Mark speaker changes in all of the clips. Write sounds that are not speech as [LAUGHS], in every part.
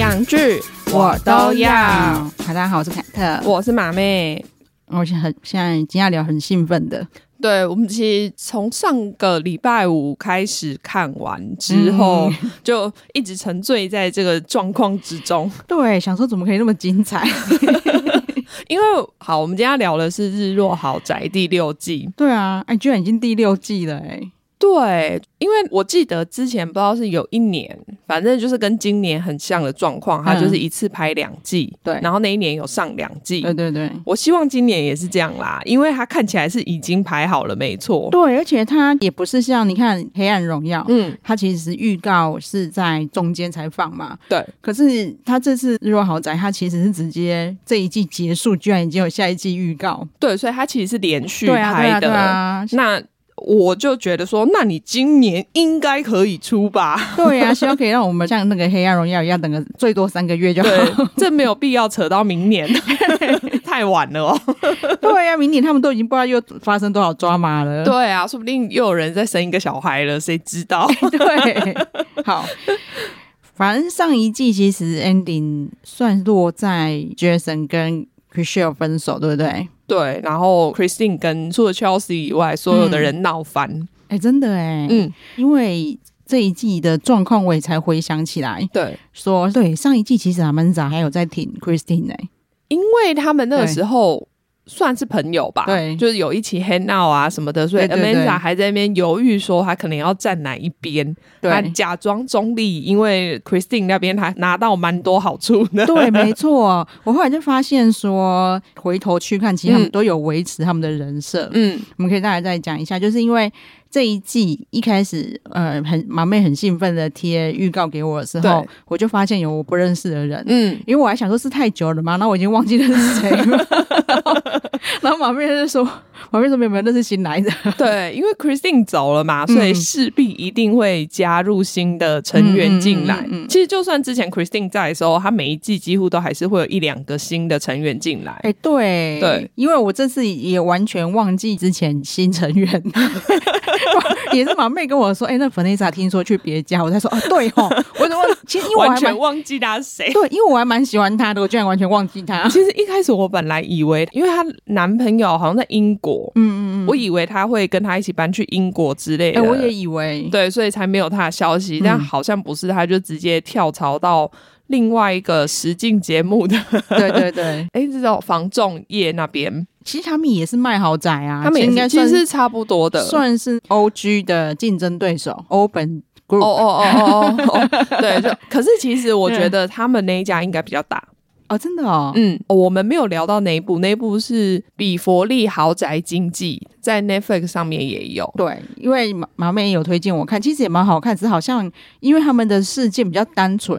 Speaker 1: 港剧我都要。
Speaker 2: 大家好，我是凯特。
Speaker 1: 我是马妹。
Speaker 2: 我现在很现在今天要聊很兴奋的
Speaker 1: 对，我们其实从上个礼拜五开始看完之后，就一直沉醉在这个状况之中。
Speaker 2: 对，想说怎么可以那么精彩？
Speaker 1: 因为好，我们今天要聊的是《日落豪宅》第六季。
Speaker 2: 对啊，哎，居然已经第六季了哎。
Speaker 1: 对，因为我记得之前不知道是有一年，反正就是跟今年很像的状况，它
Speaker 2: 嗯
Speaker 1: 就是一次拍两季，
Speaker 2: 对
Speaker 1: 然后那一年有上两季，
Speaker 2: 对对对
Speaker 1: 我希望今年也是这样啦，因为它看起来是已经排好了，没错。
Speaker 2: 对，而且它也不是像你看《黑暗荣耀》。
Speaker 1: 嗯，
Speaker 2: 它其实预告是在中间才放嘛，
Speaker 1: 对。
Speaker 2: 可是它这次《日落豪宅》，它其实是直接这一季结束，居然已经有下一季预告，
Speaker 1: 对，所以它其实是连续
Speaker 2: 对啊，对
Speaker 1: 拍
Speaker 2: 啊，
Speaker 1: 的。
Speaker 2: 对啊，
Speaker 1: 那我就觉得说，那你今年应该可以出吧？ [LAUGHS]
Speaker 2: 对啊，希望可以让我们像那个《黑暗荣耀》一样，等个最多三个月就好。
Speaker 1: 对，这没有必要扯到
Speaker 2: [LAUGHS]
Speaker 1: 明年，太晚了哦。
Speaker 2: 对呀、明年他们都已经不知道又发生多少抓马了。
Speaker 1: 对啊，说不定又有人在生一个小孩了，谁
Speaker 2: [LAUGHS]
Speaker 1: 知道？
Speaker 2: 对，好。反正上一季其实 ending 算落在 Jason 跟 c h r i s t e l 分手，对不对？哎、
Speaker 1: 对，然后 Christine 跟除了 Chelsea 以外，所有的人闹翻。
Speaker 2: 真的哎、
Speaker 1: 嗯，
Speaker 2: 因为这一季的状况我也才回想起来，
Speaker 1: 对，
Speaker 2: 说对上一季其实阿曼达还有在挺 Christine 哎、
Speaker 1: 因为他们那个
Speaker 2: 对
Speaker 1: 时候。算是朋友吧，
Speaker 2: 对
Speaker 1: 就是有一起 hang out 啊什么的，所以
Speaker 2: 对对对
Speaker 1: Amanda 还在那边犹豫说她可能要站哪一边，他
Speaker 2: 对。
Speaker 1: 假装中立，因为 Christine 那边他拿到蛮多好处
Speaker 2: [LAUGHS]
Speaker 1: 的。
Speaker 2: 对，没错。我后来就发现说，回头去看，其实他们
Speaker 1: 嗯
Speaker 2: 都有维持他们的人设。
Speaker 1: 嗯，
Speaker 2: 我们可以大家再讲一下，就是因为这一季一开始，呃，很马妹很兴奋的贴预告给我的时候
Speaker 1: 对，
Speaker 2: 我就发现有我不认识的人。
Speaker 1: 嗯，
Speaker 2: 因为我还想说是太久了嘛，然后我已经忘记认识谁了，然后马妹就说，马妹说没有没有认识新来的，
Speaker 1: [LAUGHS] 对，因为 Christine 走了嘛，所以
Speaker 2: 嗯
Speaker 1: 势必一定会加入新的成员进来。
Speaker 2: 嗯嗯嗯嗯
Speaker 1: 其实就算之前 Christine 在的时候，他每一季几乎都还是会有一两个新的成员进来。
Speaker 2: 哎、对
Speaker 1: 对，
Speaker 2: 因为我这次也完全忘记之前新成
Speaker 1: [LAUGHS]
Speaker 2: 员，也是马妹跟我说，哎、那 f e n e s a 听说去别家，我才说哦，对哦，我怎么其实因为我
Speaker 1: 完
Speaker 2: 还蛮
Speaker 1: 全忘哎记他是谁。
Speaker 2: 对，因为我还蛮喜欢他的，我居然完全忘记他。
Speaker 1: [LAUGHS] 其实一开始我本来以为，因为她男朋友好像在英国，
Speaker 2: 嗯嗯嗯，
Speaker 1: 我以为他会跟她一起搬去英国之类
Speaker 2: 哎、
Speaker 1: 的。
Speaker 2: 我也以为，
Speaker 1: 对，所以才没有他的消息。但
Speaker 2: 嗯
Speaker 1: 好像不是，他就直接跳槽到另外一个实境节目
Speaker 2: [LAUGHS]
Speaker 1: 的，
Speaker 2: 对对
Speaker 1: [LAUGHS]
Speaker 2: 对，
Speaker 1: 哎、这种防重业那边，
Speaker 2: 其实他们也是卖豪宅啊，
Speaker 1: 他们也
Speaker 2: 应
Speaker 1: 是
Speaker 2: 该
Speaker 1: 其
Speaker 2: 算
Speaker 1: 实是差不多的。
Speaker 2: 算是 O G 的竞争对手欧本 g r
Speaker 1: 哦
Speaker 2: o u
Speaker 1: 哦哦哦
Speaker 2: [LAUGHS]
Speaker 1: 哦哦，对，就可是其实我
Speaker 2: 嗯
Speaker 1: 觉得他们那一家应该比较大。
Speaker 2: 哦，真的哦，
Speaker 1: 嗯，哦我们没有聊到那一部，那一部是《比佛利豪宅经济》，在 Netflix 上面也有。
Speaker 2: 对，因为马马妹也有推荐我看，其实也蛮好看，只是好像因为他们的事件比较单纯，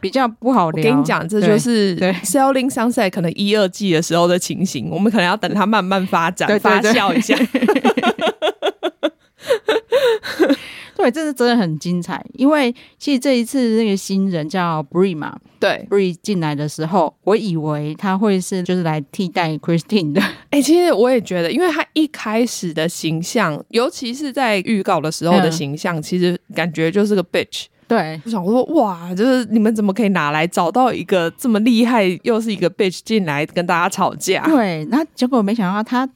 Speaker 2: 比较不好
Speaker 1: 我
Speaker 2: 聊。
Speaker 1: 跟你讲，这
Speaker 2: 对
Speaker 1: 就是
Speaker 2: 对
Speaker 1: 《Selling Sunset》可能一二季的时候的情形，我们可能要等它慢慢发展、
Speaker 2: 对对对
Speaker 1: 发
Speaker 2: [LAUGHS]
Speaker 1: 酵一下。
Speaker 2: 对，这是真的很精彩，因为其实这一次那个新人叫 Bree 嘛
Speaker 1: 对，
Speaker 2: ，Bree 进来的时候，我以为他会是就是来替代 Christine
Speaker 1: [LAUGHS]
Speaker 2: 的，
Speaker 1: 哎、其实我也觉得，因为他一开始的形象，尤其是在预告的时候的
Speaker 2: 嗯
Speaker 1: 形象，其实感觉就是个 bitch。
Speaker 2: 对，
Speaker 1: 我想说，哇，就是你们怎么可以拿来找到一个这么厉害，又是一个 bitch 进来跟大家吵架？
Speaker 2: 对， [LAUGHS] 那结果没想到他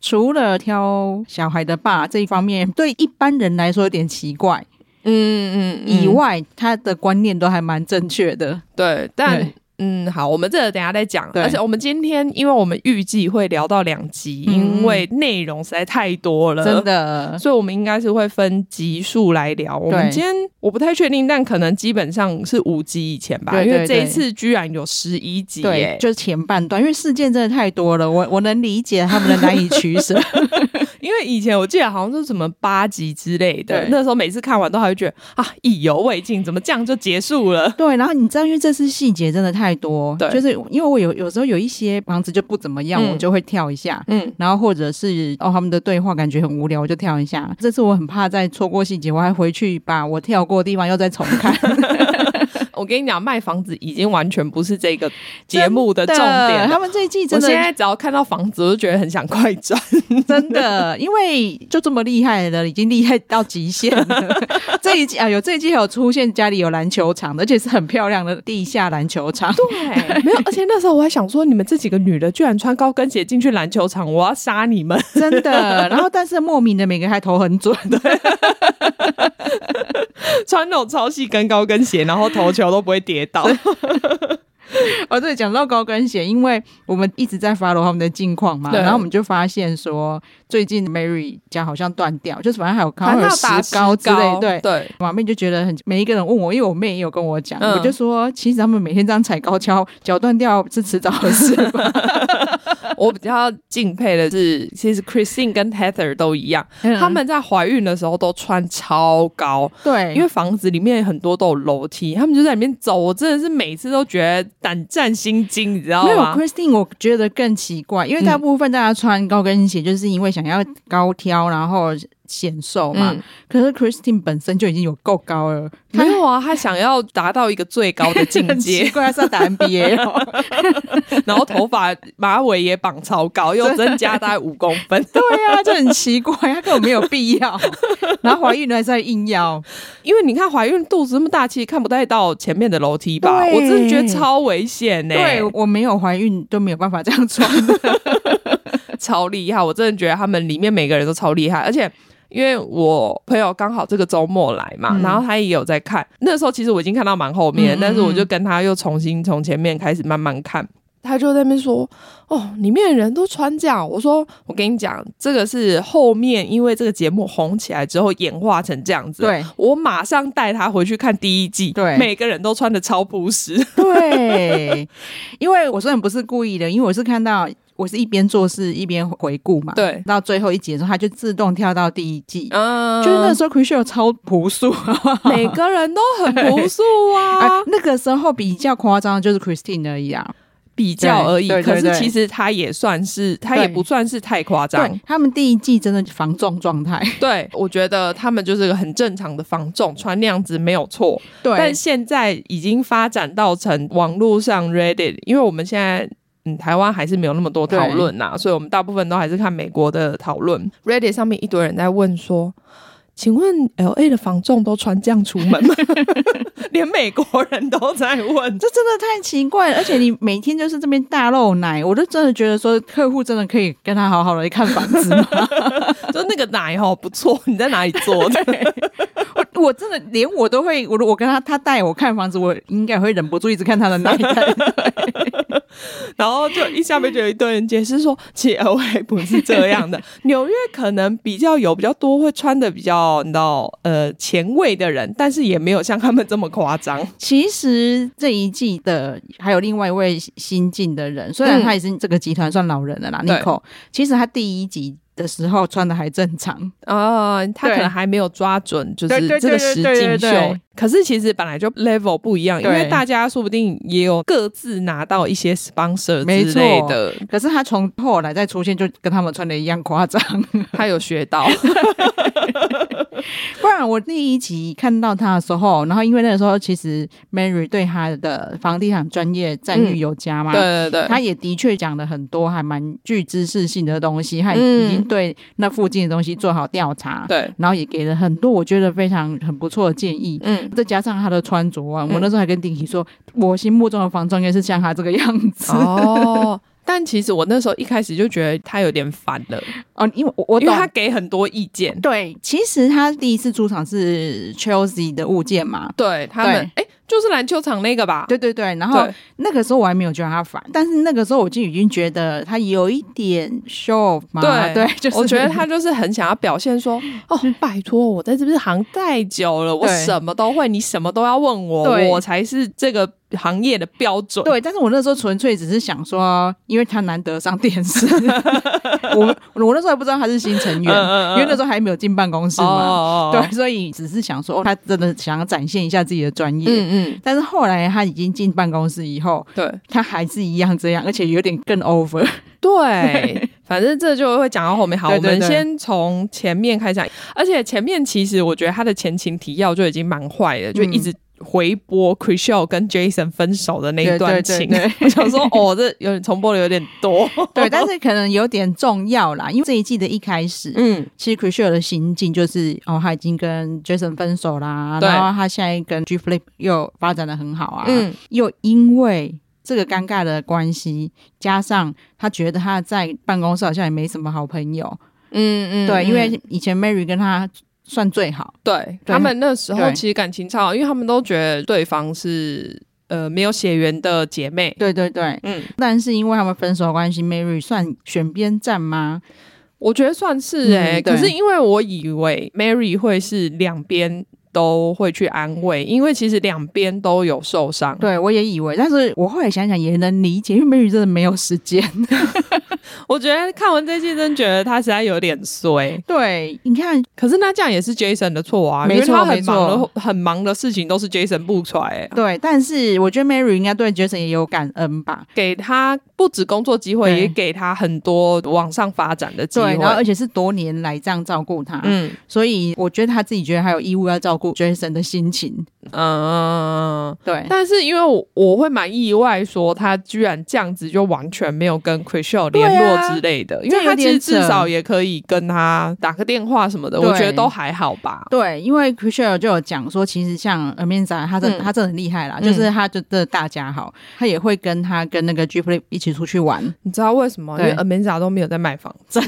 Speaker 2: 除了挑小孩的爸这一方面，对一般人来说有点奇怪、
Speaker 1: 嗯嗯
Speaker 2: 以外，他的观念都还蛮正确的。
Speaker 1: 对，但
Speaker 2: 对
Speaker 1: 嗯，好，我们这个等一下再讲。
Speaker 2: 对
Speaker 1: 而且我们今天，因为我们预计会聊到两集，
Speaker 2: 嗯
Speaker 1: 因为内容实在太多了，
Speaker 2: 真的，
Speaker 1: 所以我们应该是会分集数来聊。我们
Speaker 2: 对
Speaker 1: 今天我不太确定，但可能基本上是五集以前吧，
Speaker 2: 对
Speaker 1: 因为
Speaker 2: 对
Speaker 1: 这
Speaker 2: 对
Speaker 1: 一次居然有十一集
Speaker 2: 对
Speaker 1: 耶，，
Speaker 2: 就是前半段，因为事件真的太多了，我我能理解他们的难以取
Speaker 1: [LAUGHS]
Speaker 2: 舍。
Speaker 1: 因为以前我记得好像是什么八集之类的，
Speaker 2: 对
Speaker 1: 那时候每次看完都还会觉得啊意犹未尽，怎么这样就结束了？
Speaker 2: 对，然后你知道，因为这次细节真的太多，
Speaker 1: 对
Speaker 2: 就是因为我有有时候有一些房子就不怎么样，
Speaker 1: 嗯
Speaker 2: 我就会跳一下。
Speaker 1: 嗯，
Speaker 2: 然后或者是哦，他们的对话感觉很无聊，我就跳一下。这次我很怕再错过细节，我还回去把我跳过的地方又再重看。
Speaker 1: [LAUGHS] 我跟你讲，卖房子已经完全不是这个节目的重点了
Speaker 2: 他们这一季
Speaker 1: 我
Speaker 2: 真
Speaker 1: 现
Speaker 2: 的
Speaker 1: 在只要看到房子，我就觉得很想快转。
Speaker 2: [LAUGHS] 真的，因为就这么厉害了，已经厉害到极限
Speaker 1: [LAUGHS]
Speaker 2: 了。这一季啊，有这一季还有出现家里有篮球场，而且是很漂亮的地下篮球场。
Speaker 1: 对，没有，而且那时候我还想说，你们这几个女的居然穿高跟鞋进去篮球场，我要杀你们！
Speaker 2: 真的。然后，但是莫名的每个还投很准， [LAUGHS]
Speaker 1: 穿那种超细跟高跟鞋，然后投球都不会跌 [LAUGHS] 倒。
Speaker 2: 哦，对，讲到高跟鞋，因为我们一直在 follow 他们的近况嘛，
Speaker 1: 对
Speaker 2: 然后我们就发现说，最近 Mary 家好像断掉，就是反正还有康尔
Speaker 1: 反正要打
Speaker 2: 石膏之类，对。
Speaker 1: 对，
Speaker 2: 马妹就觉得很，每一个人问我，因为我妹也有跟我讲，
Speaker 1: 嗯
Speaker 2: 我就说，其实他们每天这样踩高跷，脚断掉是迟早的事
Speaker 1: [LAUGHS]
Speaker 2: 吧。
Speaker 1: 我比较敬佩的是，其实 Christine 跟 Heather 都一样，
Speaker 2: 嗯
Speaker 1: 她们在怀孕的时候都穿超高，
Speaker 2: 对，
Speaker 1: 因为房子里面很多都有楼梯，她们就在里面走。我真的是每次都觉得胆战心惊，你知道
Speaker 2: 没有
Speaker 1: 吗？
Speaker 2: Christine，我觉得更奇怪，因为
Speaker 1: 嗯
Speaker 2: 大部分大家穿高跟鞋，就是因为想要高挑，然后显瘦嘛。
Speaker 1: 嗯
Speaker 2: 可是 Christine 本身就已经有够高了，她
Speaker 1: 没有啊，她想要达到一个最高的境
Speaker 2: 很 [LAUGHS] 奇
Speaker 1: 界，
Speaker 2: 怪，她是要打 NBA
Speaker 1: [LAUGHS]
Speaker 2: 哦。
Speaker 1: 然后头发马尾也绑超高，又增加大概五公分。
Speaker 2: 对啊，就很奇怪，她根本没有必要。然后怀孕了还在硬
Speaker 1: [LAUGHS]
Speaker 2: 要，
Speaker 1: 因为你看怀孕肚子那么大，其实看不太到前面的楼梯吧？
Speaker 2: 对
Speaker 1: 我真的觉得超危险欸呢、
Speaker 2: 对我没有怀孕都没有办法这样穿。
Speaker 1: [LAUGHS] 超厉害，我真的觉得他们里面每个人都超厉害，而且。因为我朋友刚好这个周末来嘛，然后他也有在看。那时候其实我已经看到蛮后
Speaker 2: 嗯嗯
Speaker 1: 面，
Speaker 2: 嗯
Speaker 1: 但是我就跟他又重新从前面开始慢慢看。他就在那边说：“哦，里面的人都穿这样。”我说：“我跟你讲，这个是后面因为这个节目红起来之后演化成这样子。”
Speaker 2: 对
Speaker 1: 我马上带他回去看第一季，
Speaker 2: 对
Speaker 1: 每个人都穿的超朴实。
Speaker 2: 对，因为我虽然不是故意的，因为我是看到。我是一边做事一边回顾嘛，
Speaker 1: [LAUGHS] 对
Speaker 2: 到最后一集的时候，他就自动跳到第一季，
Speaker 1: [LAUGHS] 嗯，
Speaker 2: 就是那时候 c h r i s t a l 超朴素啊。
Speaker 1: 每个人都很朴素 [LAUGHS] 啊，
Speaker 2: [LAUGHS] 那个时候比较夸张的就是 Christine 而已啊，
Speaker 1: 比较而已。
Speaker 2: 对
Speaker 1: 可
Speaker 2: 对对
Speaker 1: 是其实他也算是，他也不算是太夸张
Speaker 2: 对。他们第一季真的防重状
Speaker 1: [LAUGHS]
Speaker 2: 态，
Speaker 1: 对，我觉得他们就是个很正常的防重，穿那样子没有错。
Speaker 2: 对
Speaker 1: 但现在已经发展到成网络上 Reddit，因为我们现在。嗯，台湾还是没有那么多讨论呐，所以我们大部分都还是看美国的讨论。Reddit 上面一堆人在问说：“请问 L A 的房仲都穿这样出门吗？” [LAUGHS] 连美国人都在问，
Speaker 2: 这真的太奇怪了，而且你每天就是这边大露奶，我就真的觉得说客户真的可以跟他好好的看房子
Speaker 1: [LAUGHS]
Speaker 2: 吗？
Speaker 1: 就那个奶哦不错，你在哪里做的？
Speaker 2: 我我真的连我都会，我我跟他他带我看房子，我应该会忍不住一直看他的奶。
Speaker 1: 然后就一下面就有一堆人解释说，其实 L A 不是这样的，纽约可能比较有比较多会穿的比较你知道呃前卫的人，但是也没有像他们这么夸张。
Speaker 2: 其实这一季的还有另外一位新进的人，虽然
Speaker 1: 嗯
Speaker 2: 他也是这个集团算老人了啦、n
Speaker 1: 对
Speaker 2: i c o 其实他第一集的时候穿的还正常，
Speaker 1: 啊、他
Speaker 2: 对
Speaker 1: 可能还没有抓准，就
Speaker 2: 对
Speaker 1: 是
Speaker 2: 对
Speaker 1: 这
Speaker 2: 对
Speaker 1: 个实
Speaker 2: 对对
Speaker 1: 境
Speaker 2: 对对
Speaker 1: 秀。可是其实本来就 level 不一样，因为
Speaker 2: 对
Speaker 1: 大家说不定也有各自拿到一些 sponsor
Speaker 2: 没
Speaker 1: 之类
Speaker 2: 错
Speaker 1: [LAUGHS] 的，
Speaker 2: 可是他从后来再出现，就跟他们穿的一样夸张。 [LAUGHS]
Speaker 1: 他有学到。
Speaker 2: 不然我第一集看到他的时候，然后因为那个时候其实 Mary 对他的房地产专业赞誉有加嘛，
Speaker 1: [LAUGHS] 嗯对对对，
Speaker 2: 他也的确讲了很多还蛮具知识性的东西，他
Speaker 1: 嗯
Speaker 2: 已经对那附近的东西做好调查，
Speaker 1: 对，
Speaker 2: 然后也给了很多我觉得非常很不错的建议。
Speaker 1: 嗯，
Speaker 2: 再加上他的穿着啊，我那时候还跟丁奇说，我心目中的房仲应该是像他这个样子 [LAUGHS] 哦
Speaker 1: 哦，但其实我那时候一开始就觉得他有点烦了，
Speaker 2: 哦因为我我
Speaker 1: 因为
Speaker 2: 懂
Speaker 1: 他给很多意见。
Speaker 2: 对，其实他第一次出场是 Chelsea 的物件嘛，
Speaker 1: 对他们，哎、就是篮球场那个吧？
Speaker 2: 对对啊对，然后
Speaker 1: 对，
Speaker 2: 那个时候我还没有觉得他烦，但是那个时候我就已经觉得他有一点 show off 嘛，
Speaker 1: 对
Speaker 2: 对，就是
Speaker 1: 我觉得他就是很想要表现说， [LAUGHS] 哦，拜托，我在这边行太久了，我
Speaker 2: 对
Speaker 1: 什么都会，你什么都要问我，
Speaker 2: 对
Speaker 1: 我才是这个行业的标
Speaker 2: [LAUGHS]
Speaker 1: 准。
Speaker 2: 对，但是我那时候纯粹只是想说，因为他难得上电 [LAUGHS] 视，我我那时候还不知道他是新成员，
Speaker 1: 嗯嗯嗯
Speaker 2: 因为那时候还没有进办公室
Speaker 1: 哦
Speaker 2: 嘛，
Speaker 1: 哦，哦
Speaker 2: 对，，所以只是想说，哦他真的想要展现一下自己的专业。
Speaker 1: 嗯嗯，
Speaker 2: 但是后来他已经进办公室以后，
Speaker 1: 对
Speaker 2: 他还是一样这样，而且有点更
Speaker 1: [LAUGHS]
Speaker 2: over。
Speaker 1: 对。反正这就会讲到后面，好，
Speaker 2: 对对
Speaker 1: 我们
Speaker 2: 对
Speaker 1: 先从
Speaker 2: 嗯
Speaker 1: 前面开始讲，而且前面其实我觉得他的前情提要就已经蛮坏的，就一直回播 c r i s h e l 跟 Jason 分手的那一
Speaker 2: 对
Speaker 1: 段
Speaker 2: 对
Speaker 1: 情
Speaker 2: 对，对
Speaker 1: 我想说哦，这有点重播的有点多，
Speaker 2: 对，但是可能有点重要啦，因为这一季的一开始，
Speaker 1: [LAUGHS] 嗯，
Speaker 2: 其实 c r i s h e l 的心境就是哦，他已经跟 Jason 分手啦，
Speaker 1: 对
Speaker 2: 然后他现在跟 G Flip 又发展的很好啊，
Speaker 1: 嗯，
Speaker 2: 又因为这个尴尬的关系，加上他觉得他在办公室好像也没什么好朋友，
Speaker 1: 嗯嗯
Speaker 2: 对，因为以前 Mary 跟他算最好，
Speaker 1: 对
Speaker 2: 对
Speaker 1: 他们那时候
Speaker 2: 对
Speaker 1: 其实感情超好，因为他们都觉得对方是呃没有血缘的姐妹。
Speaker 2: 对对对，
Speaker 1: 嗯，
Speaker 2: 但是因为他们分手的关系，Mary 算选边站吗？
Speaker 1: 我觉得算是哎、
Speaker 2: 嗯对
Speaker 1: 可是因为我以为 Mary 会是两边都会去安慰，因为其实两边都有受伤。
Speaker 2: 对我也以为，但是我后来想想也能理解，因为 Mary 真的没有时间。
Speaker 1: 我觉得看完这季，真觉得他实在有点衰。
Speaker 2: [LAUGHS] 对，你看，
Speaker 1: 可是那这样也是 Jason 的错啊，
Speaker 2: 没错
Speaker 1: 因为他很
Speaker 2: 没
Speaker 1: 忙
Speaker 2: 错
Speaker 1: 的很忙的事情都是 Jason 不出来、欸，
Speaker 2: 对，但是我觉得 Mary 应该对 Jason 也有感恩吧。
Speaker 1: 给他不止工作机会，
Speaker 2: 对
Speaker 1: 也给他很多往上发展的机
Speaker 2: 对，
Speaker 1: 会。
Speaker 2: 然后而且是多年来这样照顾他，
Speaker 1: 嗯，
Speaker 2: 所以我觉得他自己觉得还有义务要照顾 Jason 的心情。
Speaker 1: 嗯，
Speaker 2: 对，
Speaker 1: 但是因为我我会蛮意外，说他居然这样子就完全没有跟 c r i s h e l
Speaker 2: 对啊
Speaker 1: 联络之类的，因为
Speaker 2: 这有
Speaker 1: 他其实
Speaker 2: 点
Speaker 1: 至
Speaker 2: 扯
Speaker 1: 少也可以跟他打个电话什么的，
Speaker 2: 对
Speaker 1: 我觉得都还好吧。
Speaker 2: 对，因为 c r i s h e l 就有讲说，其实像 Amanda，他真、
Speaker 1: 嗯
Speaker 2: 他真的很厉害啦，
Speaker 1: 嗯
Speaker 2: 就是他就真的大家好，他也会跟他跟那个 G Flip 一起出去玩，
Speaker 1: 你知道为什么？因
Speaker 2: 对
Speaker 1: 为 Amanda 都没有在卖房子，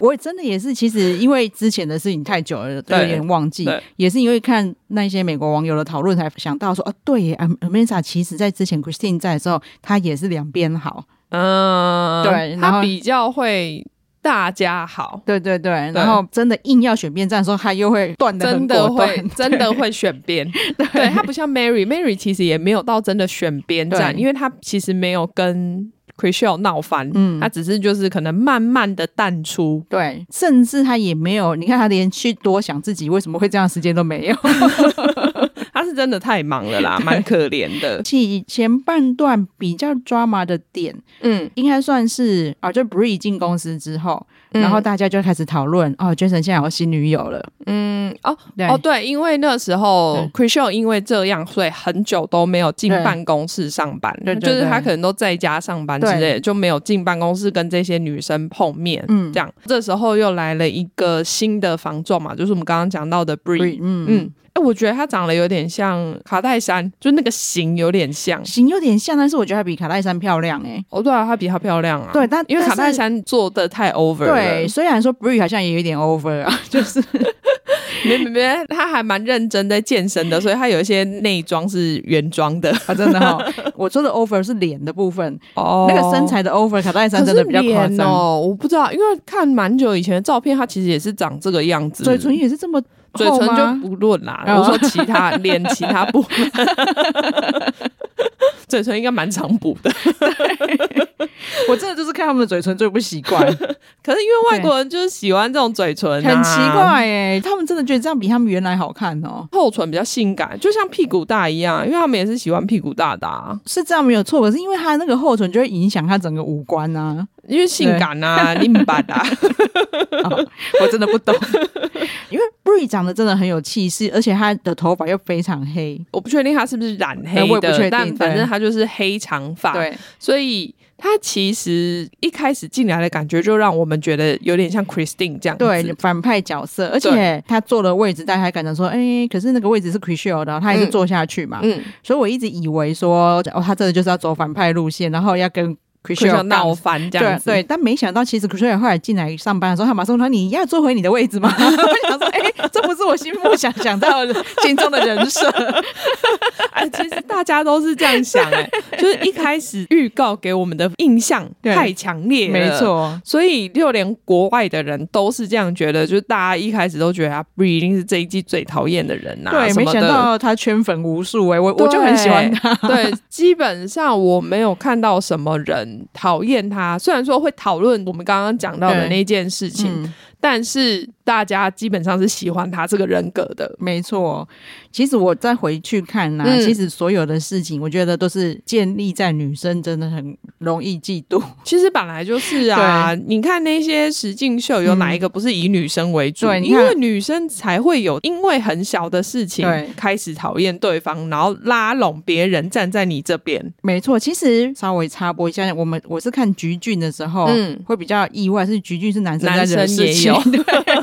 Speaker 2: 我真的也是，其实因为之前的事情太久了，都
Speaker 1: 对
Speaker 2: 有点忘记
Speaker 1: 对，
Speaker 2: 也是因为看那些美国网友的讨论才想到说，哦、对耶，Am-，Amanda 其实在之前 Christine 在的时候，她也是两边好，
Speaker 1: 嗯，
Speaker 2: 对然
Speaker 1: 他
Speaker 2: 后
Speaker 1: 比较会大家好，
Speaker 2: 对对对，然后真的硬要选边站的时候，她又会断的
Speaker 1: 真
Speaker 2: 很
Speaker 1: 的
Speaker 2: 果断
Speaker 1: [LAUGHS] 会，真的会选边， [LAUGHS] 对他不像 Mary，Mary 其实也没有到真的选边站，
Speaker 2: 对
Speaker 1: 因为他其实没有跟 c r i s h e l 闹翻，
Speaker 2: 嗯
Speaker 1: 他只是就是可能慢慢的淡出。
Speaker 2: [LAUGHS] 对，甚至她也没有，你看她连去多想自己为什么会这样的时间都没有。 [LAUGHS]
Speaker 1: 他是真的太忙了啦，蛮可怜的。
Speaker 2: 其前半段比较 drama 的点，
Speaker 1: 嗯，
Speaker 2: 应该算是啊，就 Bree 进公司之后，然后大家就开始讨论哦，Jason 现在有新女友了，
Speaker 1: 嗯，哦
Speaker 2: 对
Speaker 1: 哦，对，因为那时候
Speaker 2: 嗯
Speaker 1: c r i s h e l 因为这样，所以很久都没有进
Speaker 2: 对
Speaker 1: 办公室上班，
Speaker 2: 对对
Speaker 1: 就是
Speaker 2: 对
Speaker 1: 他可能都在家上班之类的，就没有进办公室跟这些女生碰面。
Speaker 2: 嗯
Speaker 1: 这样，这时候又来了一个新的房仲嘛，就是我们刚刚讲到的 Bree。
Speaker 2: ，Bree，嗯嗯
Speaker 1: 嗯，哎、我觉得他长得有点像卡戴珊，就那个型有点像。
Speaker 2: 型有点像，但是我觉得她比卡戴珊漂亮哎、
Speaker 1: 哦，对啊，她比她漂亮啊。
Speaker 2: 对，但
Speaker 1: 因为卡戴
Speaker 2: 但是
Speaker 1: 珊做的太 over 了。
Speaker 2: 对，虽然说 Bree 好像也有一点 over 啊， [LAUGHS] 就是
Speaker 1: 没没没，他还蛮认真在健身的，所以他有一些内装是原装的
Speaker 2: 啊真的 [LAUGHS] 哈、我说的 over 是脸的部分，
Speaker 1: [LAUGHS] 哦
Speaker 2: 那个身。材的 over 卡戴珊
Speaker 1: 可
Speaker 2: 真
Speaker 1: 是
Speaker 2: 的比较夸
Speaker 1: 脸
Speaker 2: 张，
Speaker 1: 哦，我不知道，因为看蛮久以前的照片，他其实也是长这个样子。
Speaker 2: 嘴唇也是这么
Speaker 1: 嘴
Speaker 2: 厚
Speaker 1: 唇
Speaker 2: 吗
Speaker 1: 就不论啦，
Speaker 2: 哦
Speaker 1: 我说其他脸其他部分， [LAUGHS] 嘴唇应该蛮常补的。
Speaker 2: 我真的就是看他们的嘴唇最不习惯，
Speaker 1: 可是因为外国人就是喜欢这种嘴唇、
Speaker 2: 很奇，怪哎、他们真的觉得这样比他们原来好看哦、
Speaker 1: 厚唇比较性感，就像屁股大一样，因为他们也是喜欢屁股大的、啊。
Speaker 2: 是这样没有错，可是因为他那个厚唇就会影响他整个五官啊！
Speaker 1: 因为性感啊， [LAUGHS] 你明白的啊。
Speaker 2: [LAUGHS] 我真的不懂， [LAUGHS] 因为 Bree 长得真的很有气势，而且她的头发又非常黑，
Speaker 1: 我不确定他是不是染黑
Speaker 2: 哎我也不确
Speaker 1: 的，
Speaker 2: 定
Speaker 1: 但反
Speaker 2: 对
Speaker 1: 正他就是黑长发。，
Speaker 2: 对
Speaker 1: 所以他其实一开始进来的感觉就让我们觉得有点像 Christine 这样子。
Speaker 2: 对，反派角色，而且他坐的位置，大家还感到说，哎、可是那个位置是 c r i s h e l 的，他还是坐下去嘛，
Speaker 1: 嗯，
Speaker 2: 所以我一直以为说，哦，他真的就是要走反派路线，然后要跟 c r i s
Speaker 1: 就
Speaker 2: h e l
Speaker 1: 像闹翻这样
Speaker 2: 对
Speaker 1: 子。
Speaker 2: 对，但没想到其实 c r i s h e l 后来进来上班的时候，他马上说：“你要坐回你的位置吗？” [LAUGHS] 我想说：“哎、这不是我心目想想到的心中的人
Speaker 1: [LAUGHS]
Speaker 2: 设。”
Speaker 1: [LAUGHS] 哎，其实大家都是这样想、
Speaker 2: [LAUGHS]
Speaker 1: 哎，就是一开始预告给我们的印象
Speaker 2: 对
Speaker 1: 太强烈了。
Speaker 2: 没。错，
Speaker 1: 所以，就连国外的人都是这样觉得，就是大家一开始都觉得啊，不一定是这一季最讨厌的人呐、啊，
Speaker 2: 对，
Speaker 1: 什
Speaker 2: 没
Speaker 1: 么
Speaker 2: 想
Speaker 1: 的
Speaker 2: 到他圈粉无数哎、我我就很喜欢他。[LAUGHS]
Speaker 1: 他。对，基本上我没有看到什么人讨厌他，虽然说会讨论我们刚刚讲到的
Speaker 2: 对
Speaker 1: 那件事情，
Speaker 2: 嗯，
Speaker 1: 但是大家基本上是喜欢他这个人格的。
Speaker 2: 没错，其实我再回去看呐、
Speaker 1: 嗯
Speaker 2: 其实所有的事情，我觉得都是建立在女生真的很容易嫉妒。 [LAUGHS]
Speaker 1: 其实本来就是啊，你看那些实境秀，有哪一个不是以女生为主？
Speaker 2: 嗯对你
Speaker 1: 因
Speaker 2: 看
Speaker 1: 为女生才会有因为很小的事情
Speaker 2: 对
Speaker 1: 开始讨厌对方，然后拉拢别人站在你这边。
Speaker 2: 没错，其实稍微插播一下，我们我是看菊俊的时候，
Speaker 1: 嗯
Speaker 2: 会比较意外，是菊俊是男生在
Speaker 1: 男
Speaker 2: 惹
Speaker 1: 生
Speaker 2: 事
Speaker 1: 也
Speaker 2: 情。 [LAUGHS]
Speaker 1: 有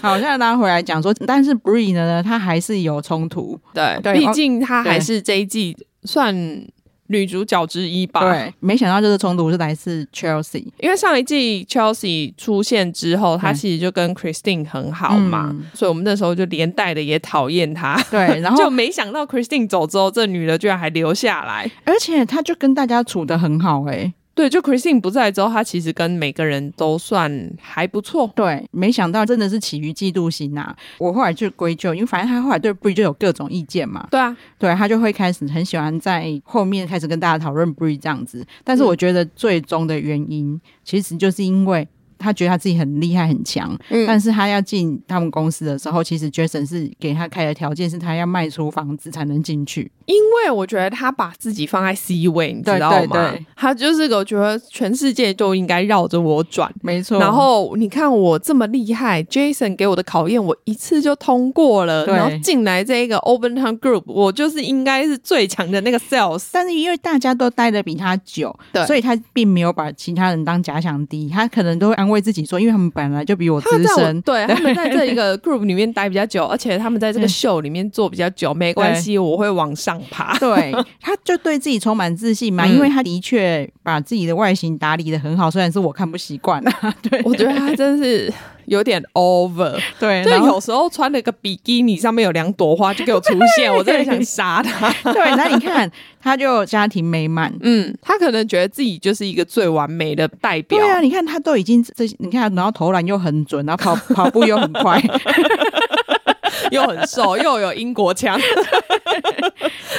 Speaker 2: 好，现在大家回来讲说，但是 Bree 呢，她还是有冲突，
Speaker 1: 对
Speaker 2: 对
Speaker 1: 毕
Speaker 2: 哦
Speaker 1: 竟她
Speaker 2: 对
Speaker 1: 还是这一季算女主角之一吧。。
Speaker 2: 对，没想到这个冲突是来自 Chelsea，
Speaker 1: 因为上一季 Chelsea 出现之后，她
Speaker 2: 嗯
Speaker 1: 其实就跟 Christine 很好嘛，
Speaker 2: 嗯哦
Speaker 1: 所以我们那时候就连带的也讨厌她。
Speaker 2: 对，
Speaker 1: [LAUGHS]
Speaker 2: 然
Speaker 1: 就
Speaker 2: 后
Speaker 1: 没想到 Christine 走之后，这女的居然还留下来。
Speaker 2: 而且她就跟大家处的很好、欸，
Speaker 1: 对，就 Christine 不在之后，她其实跟每个人都算还不错。
Speaker 2: 对，没想到真的是起于嫉妒心呐、我后来就归咎，因为反正他后来对 Bree 就有各种意见嘛，
Speaker 1: 对啊，
Speaker 2: 对他就会开始很喜欢在后面开始跟大家讨论 Bree 这样子。但是我觉得最终的原因，其实就是因为。他觉得他自己很厉害很强，
Speaker 1: 嗯
Speaker 2: 但是他要进他们公司的时候，其实 Jason 是给他开的条件是他要卖出房子才能进去。
Speaker 1: 因为我觉得她把自己放在 C 位，你知道
Speaker 2: 对对
Speaker 1: 吗
Speaker 2: 对？
Speaker 1: 她就是个我觉得全世界都应该绕着我转。
Speaker 2: 没错
Speaker 1: 然后你看我这么厉害，Jason 给我的考验我一次就通过了，
Speaker 2: 对
Speaker 1: 然后进来这一个 Open Town Group，我就是应该是最强的那个 Sales。
Speaker 2: 但是因为大家都待的比他久，
Speaker 1: 对
Speaker 2: 所以他并没有把其他人当假想敌，他可能都会安慰自己说，因为他们本来就比我资
Speaker 1: 他们在我
Speaker 2: 深，
Speaker 1: 对
Speaker 2: [LAUGHS]
Speaker 1: 他们在这一个 group 里面待比较久，而且他们在这个
Speaker 2: 嗯
Speaker 1: 秀里面做比较久，没关系，我会往上爬。
Speaker 2: 对，他就对自己充满自信嘛，
Speaker 1: 嗯
Speaker 2: 因为他的确把自己的外形打理的很好，虽然是我看不习惯啊， [LAUGHS] [LAUGHS] 对，
Speaker 1: 我觉得他真是有点 over，
Speaker 2: 对，
Speaker 1: 就
Speaker 2: 然后 [LAUGHS]
Speaker 1: 有时候穿了个比基尼，上面有两朵花就给我出
Speaker 2: [LAUGHS]
Speaker 1: 现，我真的想杀他。
Speaker 2: 对，那你看，他就家庭美满。
Speaker 1: 嗯，他可能觉得自己就是一个最完美的代表
Speaker 2: 对，啊，你看他都已经这，你看，然后投篮又很准，然后 [LAUGHS] 跑跑步又很快，
Speaker 1: 又很瘦，又有英国腔。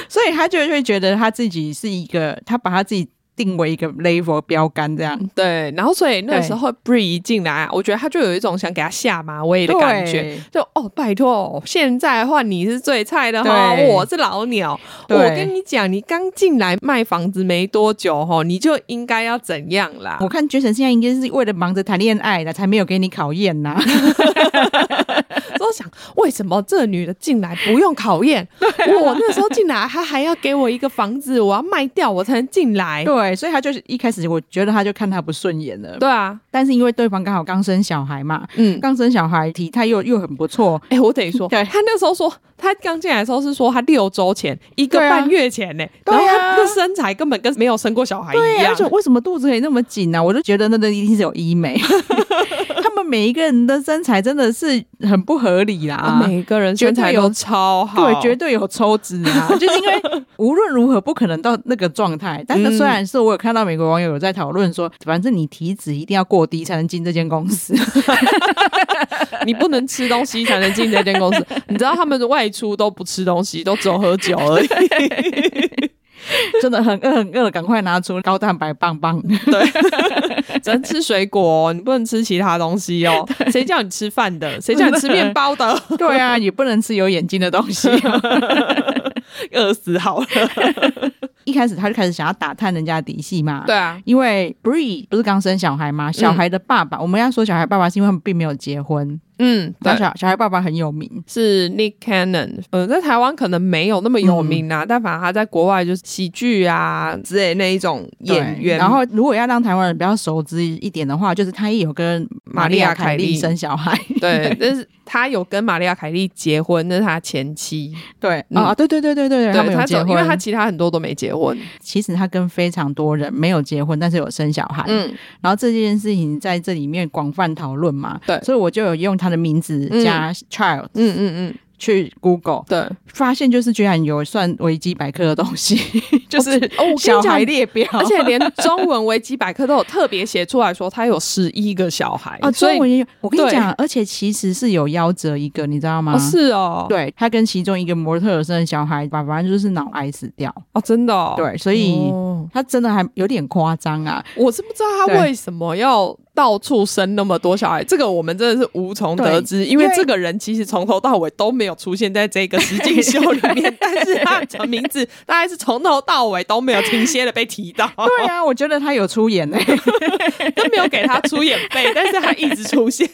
Speaker 2: 所以他就会觉得他自己是一个，他把他自己定为一个 level 标杆这样。
Speaker 1: 对，然后所以那
Speaker 2: 对
Speaker 1: 时候 Bree 一进来，啊我觉得他就有一种想给他下马威的感觉
Speaker 2: 对。
Speaker 1: 就哦，拜托，现在换你是最菜的哈，
Speaker 2: 对
Speaker 1: 我是老鸟。
Speaker 2: 对
Speaker 1: 我跟你讲，你刚进来卖房子没多久哈，你就应该要怎样啦
Speaker 2: [LAUGHS] 我？看 Jason 现在应该是为了忙着谈恋爱的，才没有给你考验呐、
Speaker 1: 都想为什么这女的进来不用考
Speaker 2: [LAUGHS]
Speaker 1: 验？我那时候进来，她还要给我一个房子，我要卖掉我才能进来。
Speaker 2: [LAUGHS] 对，所以他就是一开始我觉得他就看他不顺眼了，
Speaker 1: 对啊，
Speaker 2: 但是因为对方刚好刚生小孩嘛，
Speaker 1: 嗯。
Speaker 2: 刚生小孩体态又又很不错，
Speaker 1: [LAUGHS] 哎、我得说，
Speaker 2: 对
Speaker 1: 他那时候说，他刚进来的时候是说他六周前，一个
Speaker 2: 对啊
Speaker 1: 半月前呢、
Speaker 2: 对啊
Speaker 1: 然后他的身材根本跟没有生过小孩一
Speaker 2: 对，啊
Speaker 1: 样
Speaker 2: 而。且为什么肚子可以那么紧呢、我就觉得那那一定是有医美， [LAUGHS] 他们每一个人的身材真的是很不合理啦。
Speaker 1: 啊每个人身
Speaker 2: 绝
Speaker 1: 材
Speaker 2: 对有
Speaker 1: 都超好，
Speaker 2: 对，绝对有抽脂
Speaker 1: [LAUGHS]
Speaker 2: 啊！就是因为无论如何不可能到那个状态。但是
Speaker 1: 嗯
Speaker 2: 虽然是我有看到美国网友有在讨论说，反正你体脂一定要过低才能进这间公司。
Speaker 1: 你不能吃东西才能进这间公司。你知道他们外出都不吃东西，都只有喝酒而已。
Speaker 2: 真的很饿很饿，赶快拿出高蛋白棒棒。
Speaker 1: 只能吃水果、哦，你不能吃其他东西哦。谁叫你吃饭的？谁叫你吃面包的？ [LAUGHS]
Speaker 2: 对 [LAUGHS] 啊，也不能吃有眼睛的东 [LAUGHS] 西。
Speaker 1: 饿死好了。
Speaker 2: 一开始他就开始想要打探人家的底细嘛。
Speaker 1: 对啊，
Speaker 2: 因为 Bree 不是刚生小孩吗？小孩的爸爸，我们要说小孩爸爸是因为他们并没有结婚，
Speaker 1: 嗯，
Speaker 2: 那
Speaker 1: 对。
Speaker 2: 小小孩爸爸很有名。
Speaker 1: 是 Nick Cannon，呃，在台湾可能没有那么
Speaker 2: 嗯
Speaker 1: 有名啊，但反正他在国外就是喜剧啊之类那一种演
Speaker 2: 对
Speaker 1: 员。
Speaker 2: 然后，如果要让台湾人比较熟知一点的话，就是他也有跟玛丽亚凯莉生小孩。 [LAUGHS]
Speaker 1: 对，但是他有跟玛丽亚凯莉结婚，那是他前妻。
Speaker 2: 对
Speaker 1: 嗯
Speaker 2: 啊，对对对对对，
Speaker 1: 对
Speaker 2: 们有
Speaker 1: 他
Speaker 2: 结
Speaker 1: 走，
Speaker 2: 婚，
Speaker 1: 因为他其他很多都没结婚。
Speaker 2: 其实他跟非常多人没有结婚，但是有生小孩。
Speaker 1: 嗯，
Speaker 2: 然后这件事情在这里面广泛讨论嘛，
Speaker 1: 对
Speaker 2: 所以我就有用他的名字
Speaker 1: 嗯
Speaker 2: 加 child
Speaker 1: 嗯嗯嗯，
Speaker 2: 去 Google，
Speaker 1: 对，
Speaker 2: 发现就是居然有算维基百科的东西， [LAUGHS] 就是
Speaker 1: 哦，我跟你
Speaker 2: 小
Speaker 1: 讲
Speaker 2: 孩列表，
Speaker 1: 而且连中文维基百科都有特别写出来说他有十一个小孩
Speaker 2: 啊，
Speaker 1: 所
Speaker 2: 中
Speaker 1: 以
Speaker 2: 文也有。我跟你
Speaker 1: 对
Speaker 2: 讲，而且其实是有夭折一个，你知道吗？
Speaker 1: 哦是哦，
Speaker 2: 对他跟其中一个模特儿生的小孩，反正就是脑癌死掉。
Speaker 1: 哦真的哦，
Speaker 2: 对，所以
Speaker 1: 哦 [LAUGHS]
Speaker 2: 他真的还有点夸张啊。
Speaker 1: 我是不知道他
Speaker 2: 对
Speaker 1: 为什么要到处生那么多小孩，这个我们真的是无从得知，因为
Speaker 2: 因为
Speaker 1: 这个人其实从头到尾都没有出现在这个实境秀里
Speaker 2: [LAUGHS]
Speaker 1: 面，但是他的名字大概是从头到尾都没有停歇的被提到，
Speaker 2: [LAUGHS] 对啊，我觉得他有出演欸呢、
Speaker 1: [LAUGHS] 都没有给他出演
Speaker 2: [LAUGHS]
Speaker 1: 费，但是他一直出现。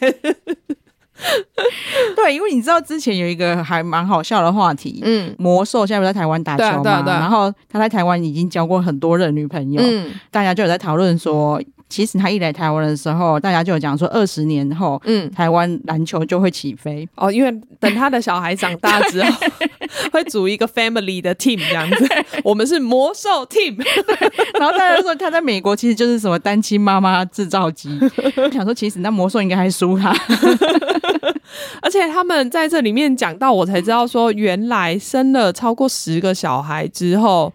Speaker 2: 对，因为你知道之前有一个还蛮好笑的话题，
Speaker 1: 嗯
Speaker 2: 魔兽现在不是在台湾打球
Speaker 1: 对啊
Speaker 2: 嘛，
Speaker 1: 对啊对啊
Speaker 2: 然后他在台湾已经交过很多任女朋友，
Speaker 1: 嗯
Speaker 2: 大家就有在讨论说，其实他一来台湾的时候，大家就有讲说，二十年后
Speaker 1: 嗯，
Speaker 2: 台湾篮球就会起
Speaker 1: [LAUGHS]
Speaker 2: 飞。
Speaker 1: 哦，因为等他的小孩长大之
Speaker 2: [LAUGHS]
Speaker 1: 后，会组一个 family 的 team 这样子，我们是魔兽 team。
Speaker 2: 然后大家说他在美国其实就是什么单亲妈妈制造机，
Speaker 1: [LAUGHS]
Speaker 2: 我想说其实那魔兽应该还输他。
Speaker 1: 而且他们在这里面讲到，我才知道说，原来生了超过十个小孩之后，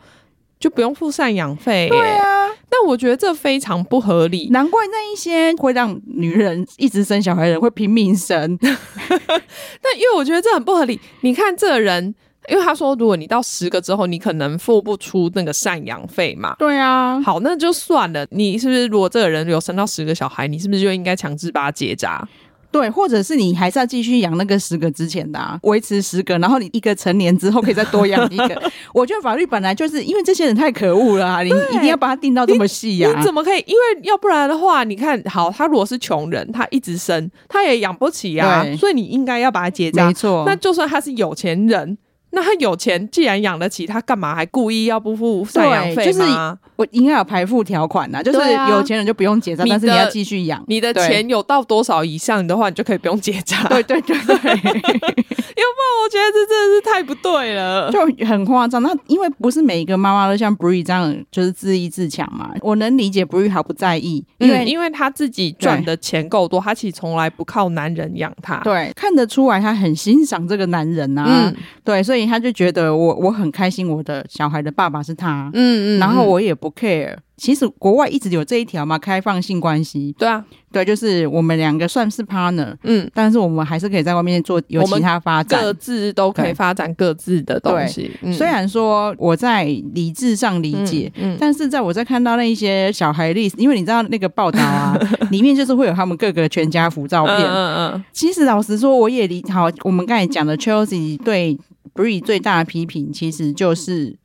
Speaker 1: 就不用付赡养费。对啊，但我觉得这非常不合理。
Speaker 2: 难怪那一些会让女人一直生小孩的人会拼命生，
Speaker 1: 但因为我觉得这很不合理。你看这人，因为他说，如果你到十个之后，你可能付不出那个赡养费嘛。
Speaker 2: 对啊，
Speaker 1: 好，那就算了。你是不是如果这个人有生到十个小孩，你是不是就应该强制把他结扎？
Speaker 2: 对，或者是你还是要继续养那个十个之前的、啊，维持十个，然后你一个成年之后可以再多养一
Speaker 1: [LAUGHS]
Speaker 2: 个。我觉得法律本来就是因为这些人太可恶了、啊，你一定要把它定到这么细啊呀、
Speaker 1: 你怎么可以？因为要不然的话，你看好，他如果是穷人，他一直生，他也养不起啊
Speaker 2: 对，
Speaker 1: 所以你应该要把他结扎
Speaker 2: 没。错，
Speaker 1: 那就算他是有钱人，那他有钱既然养得起，他干嘛还故意要不付赡养
Speaker 2: 对
Speaker 1: 费
Speaker 2: 就是
Speaker 1: 吗？
Speaker 2: 我应该有排付条款呐、就是
Speaker 1: 对啊
Speaker 2: 有钱人就不用结账，
Speaker 1: 你的
Speaker 2: 但是你要继续养。
Speaker 1: 你的
Speaker 2: 对
Speaker 1: 钱有到多少以上的话，你就可以不用结扎。
Speaker 2: 对对对
Speaker 1: [LAUGHS]
Speaker 2: 对，
Speaker 1: 我觉得这真的是太不对了。
Speaker 2: 就很夸张。那因为不是每一个妈妈都像 Bree 这样，就是自立自强嘛。我能理解 Bree 毫不在意，因为
Speaker 1: 嗯，因为他自己赚的钱够多，他其实从来不靠男人养他。
Speaker 2: 对看得出来她很欣赏这个男人啊。
Speaker 1: 嗯
Speaker 2: 对，所以他就觉得我我很开心，我的小孩的爸爸是他，
Speaker 1: 嗯嗯，
Speaker 2: 然后
Speaker 1: 嗯
Speaker 2: 我也不 care。其实国外一直有这一条嘛，开放性关系，
Speaker 1: 对啊，
Speaker 2: 对，就是我们两个算是 partner，
Speaker 1: 嗯，
Speaker 2: 但是我们还是可以在外面做有
Speaker 1: 我们
Speaker 2: 其他发
Speaker 1: 各
Speaker 2: 展。
Speaker 1: 自都可以
Speaker 2: 对
Speaker 1: 发展各自的东西。嗯
Speaker 2: 虽然说我在理智上理解，，
Speaker 1: 嗯嗯
Speaker 2: 但是在我在看到那一些小孩历史，因为你知道那个报道
Speaker 1: [LAUGHS]
Speaker 2: 啊，里面就是会有他们各个全家福照片，
Speaker 1: 嗯嗯
Speaker 2: 其实老实说，我也理好。我们刚才讲的 Chelsea 对 Bree 最大的批评，其实就是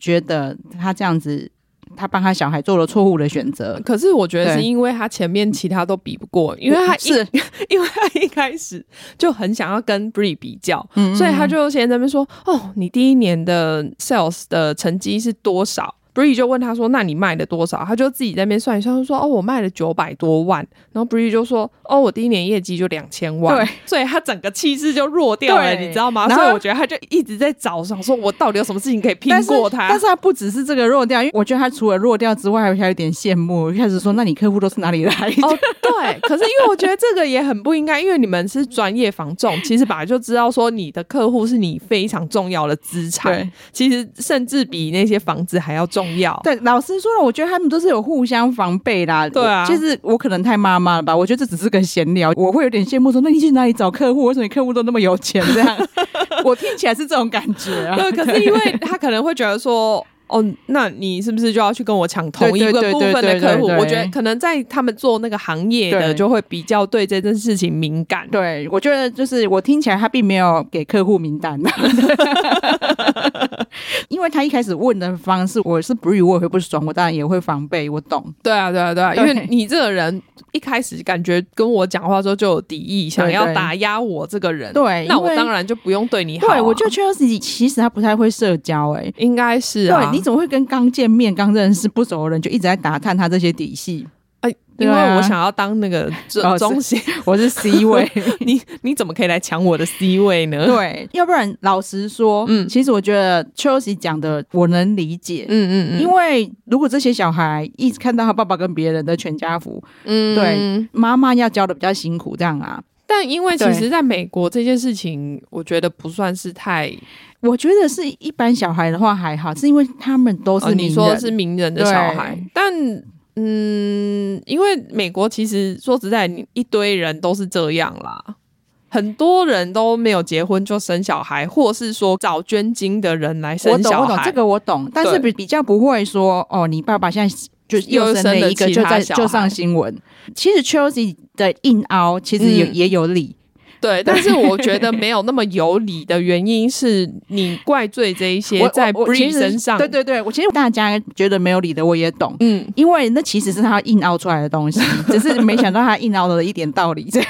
Speaker 2: 觉得他这样子，他帮他小孩做了错误的选择
Speaker 1: 嗯。。可是我觉得是
Speaker 2: 对
Speaker 1: 因为他前面其他都比不过，因为他一
Speaker 2: 是，
Speaker 1: 因为他一开始就很想要跟 Bree 比较，
Speaker 2: 嗯
Speaker 1: [LAUGHS] 所以他就先在那边说：“哦，你第一年的 sales 的成绩是多少？”Bree 就问他说：“那你卖了多少？”他就自己在那边算一算，他说：“哦，我卖了九百多万。”然后 Bree 就说：“哦，我第一年业绩就两千万。”
Speaker 2: 嗯对，
Speaker 1: 所以他整个气势就弱掉了，
Speaker 2: 对
Speaker 1: 你知道吗？
Speaker 2: 然
Speaker 1: 所
Speaker 2: 后
Speaker 1: 以我觉得他就一直在找，想说我到底有什么事情可以拼
Speaker 2: 但是
Speaker 1: 过他
Speaker 2: 但。是他不只是这个弱掉，因为我觉得他除了弱掉之外，还有点羡慕。一开始说，那你客户都是哪里来的？
Speaker 1: 哦，对，可是因为我觉得这个也很不应该，因为你们是专业房仲，其实本来就知道说你的客户是你非常重要的资产
Speaker 2: [LAUGHS] 对，
Speaker 1: 其实甚至比那些房子还要重要。
Speaker 2: 对，老实说了，我觉得他们都是有互相防备啦。
Speaker 1: 对啊
Speaker 2: 我其实我可能太妈妈了吧，我觉得这只是个闲聊，我会有点羡慕说，那你去哪里找客户？为什么你客户都那么有钱？这
Speaker 1: [LAUGHS]
Speaker 2: 样，我听起来是这种感觉啊。
Speaker 1: 对，可是因为他可能会觉得说。哦，那你是不是就要去跟我抢同一
Speaker 2: 对
Speaker 1: 个
Speaker 2: 对对
Speaker 1: 部
Speaker 2: 对
Speaker 1: 分的
Speaker 2: 对
Speaker 1: 客户？
Speaker 2: 对对
Speaker 1: 我觉得可能在他们做那个行业的，
Speaker 2: 对
Speaker 1: 就会比较对这件事情敏感。
Speaker 2: 对，我觉得就是我听起来他并没有给客户名
Speaker 1: [LAUGHS]
Speaker 2: 单、因为他一开始问的方式，我是不语，我也会不爽，我当然也会防备，我懂。
Speaker 1: 对啊，对啊，对啊，因
Speaker 2: 对
Speaker 1: 为你这个人一开始感觉跟我讲话的时候就有敌意，想要
Speaker 2: 对
Speaker 1: 打压我这个人。
Speaker 2: 对，
Speaker 1: 那
Speaker 2: 因
Speaker 1: 我
Speaker 2: 为
Speaker 1: 当。然就不用对你好、啊
Speaker 2: 对，我觉得 Chelsea 其实他不太会社交、欸，
Speaker 1: 应该是
Speaker 2: 对
Speaker 1: 啊，，
Speaker 2: 你怎么会跟刚见面、刚认识不熟的人就一直在打探他这些底细？
Speaker 1: 哎，
Speaker 2: 对
Speaker 1: 因为
Speaker 2: 啊
Speaker 1: 我想要当那个中
Speaker 2: 哦是
Speaker 1: 中心，
Speaker 2: 我是 C 位，
Speaker 1: [LAUGHS] 你你怎么可以来抢我的 C 位呢？
Speaker 2: 对，要不然老实说，
Speaker 1: 嗯
Speaker 2: 嗯，其实我觉得 Chelsea 讲的我能理解。
Speaker 1: 嗯嗯嗯，
Speaker 2: 因为如果这些小孩一直看到他爸爸跟别人的全家福，
Speaker 1: 嗯
Speaker 2: 对。妈妈要教的比较辛苦，这样啊，
Speaker 1: 但因为其
Speaker 2: 对
Speaker 1: 实在美国这件事情，我觉得不算是太
Speaker 2: 我觉得是一般小孩的话还好，是因为他们都
Speaker 1: 哦
Speaker 2: 是名
Speaker 1: 你
Speaker 2: 人，
Speaker 1: 说是名人的小孩
Speaker 2: 对，
Speaker 1: 但嗯，因为美国其实说实在，你一堆人都是这样啦。很多人都没有结婚就生小孩，或是说找捐精的人来
Speaker 2: 我
Speaker 1: 生
Speaker 2: 懂
Speaker 1: 小
Speaker 2: 我懂
Speaker 1: 孩，
Speaker 2: 这个我懂，但是比比较不会说哦，你爸爸现在。就是
Speaker 1: 幼
Speaker 2: 幼
Speaker 1: 生
Speaker 2: 生的
Speaker 1: 的
Speaker 2: 一个
Speaker 1: 其
Speaker 2: 就
Speaker 1: 他
Speaker 2: 在
Speaker 1: 小
Speaker 2: 就上
Speaker 1: 孩
Speaker 2: 新闻。其实 Chelsea 的硬凹其实也、
Speaker 1: 嗯
Speaker 2: 也有理， [LAUGHS]
Speaker 1: 对，但是我觉得没有那么有理的原因是你怪罪这一些
Speaker 2: 我
Speaker 1: 在
Speaker 2: 我我其
Speaker 1: Bree
Speaker 2: 实
Speaker 1: 身上，
Speaker 2: 对，对对，我其实大家觉得没有理的我也懂。
Speaker 1: 嗯，
Speaker 2: 因为那其实是他硬凹出来的东 [LAUGHS] 西，只是没想到他硬凹了一点道理，这 [LAUGHS] 样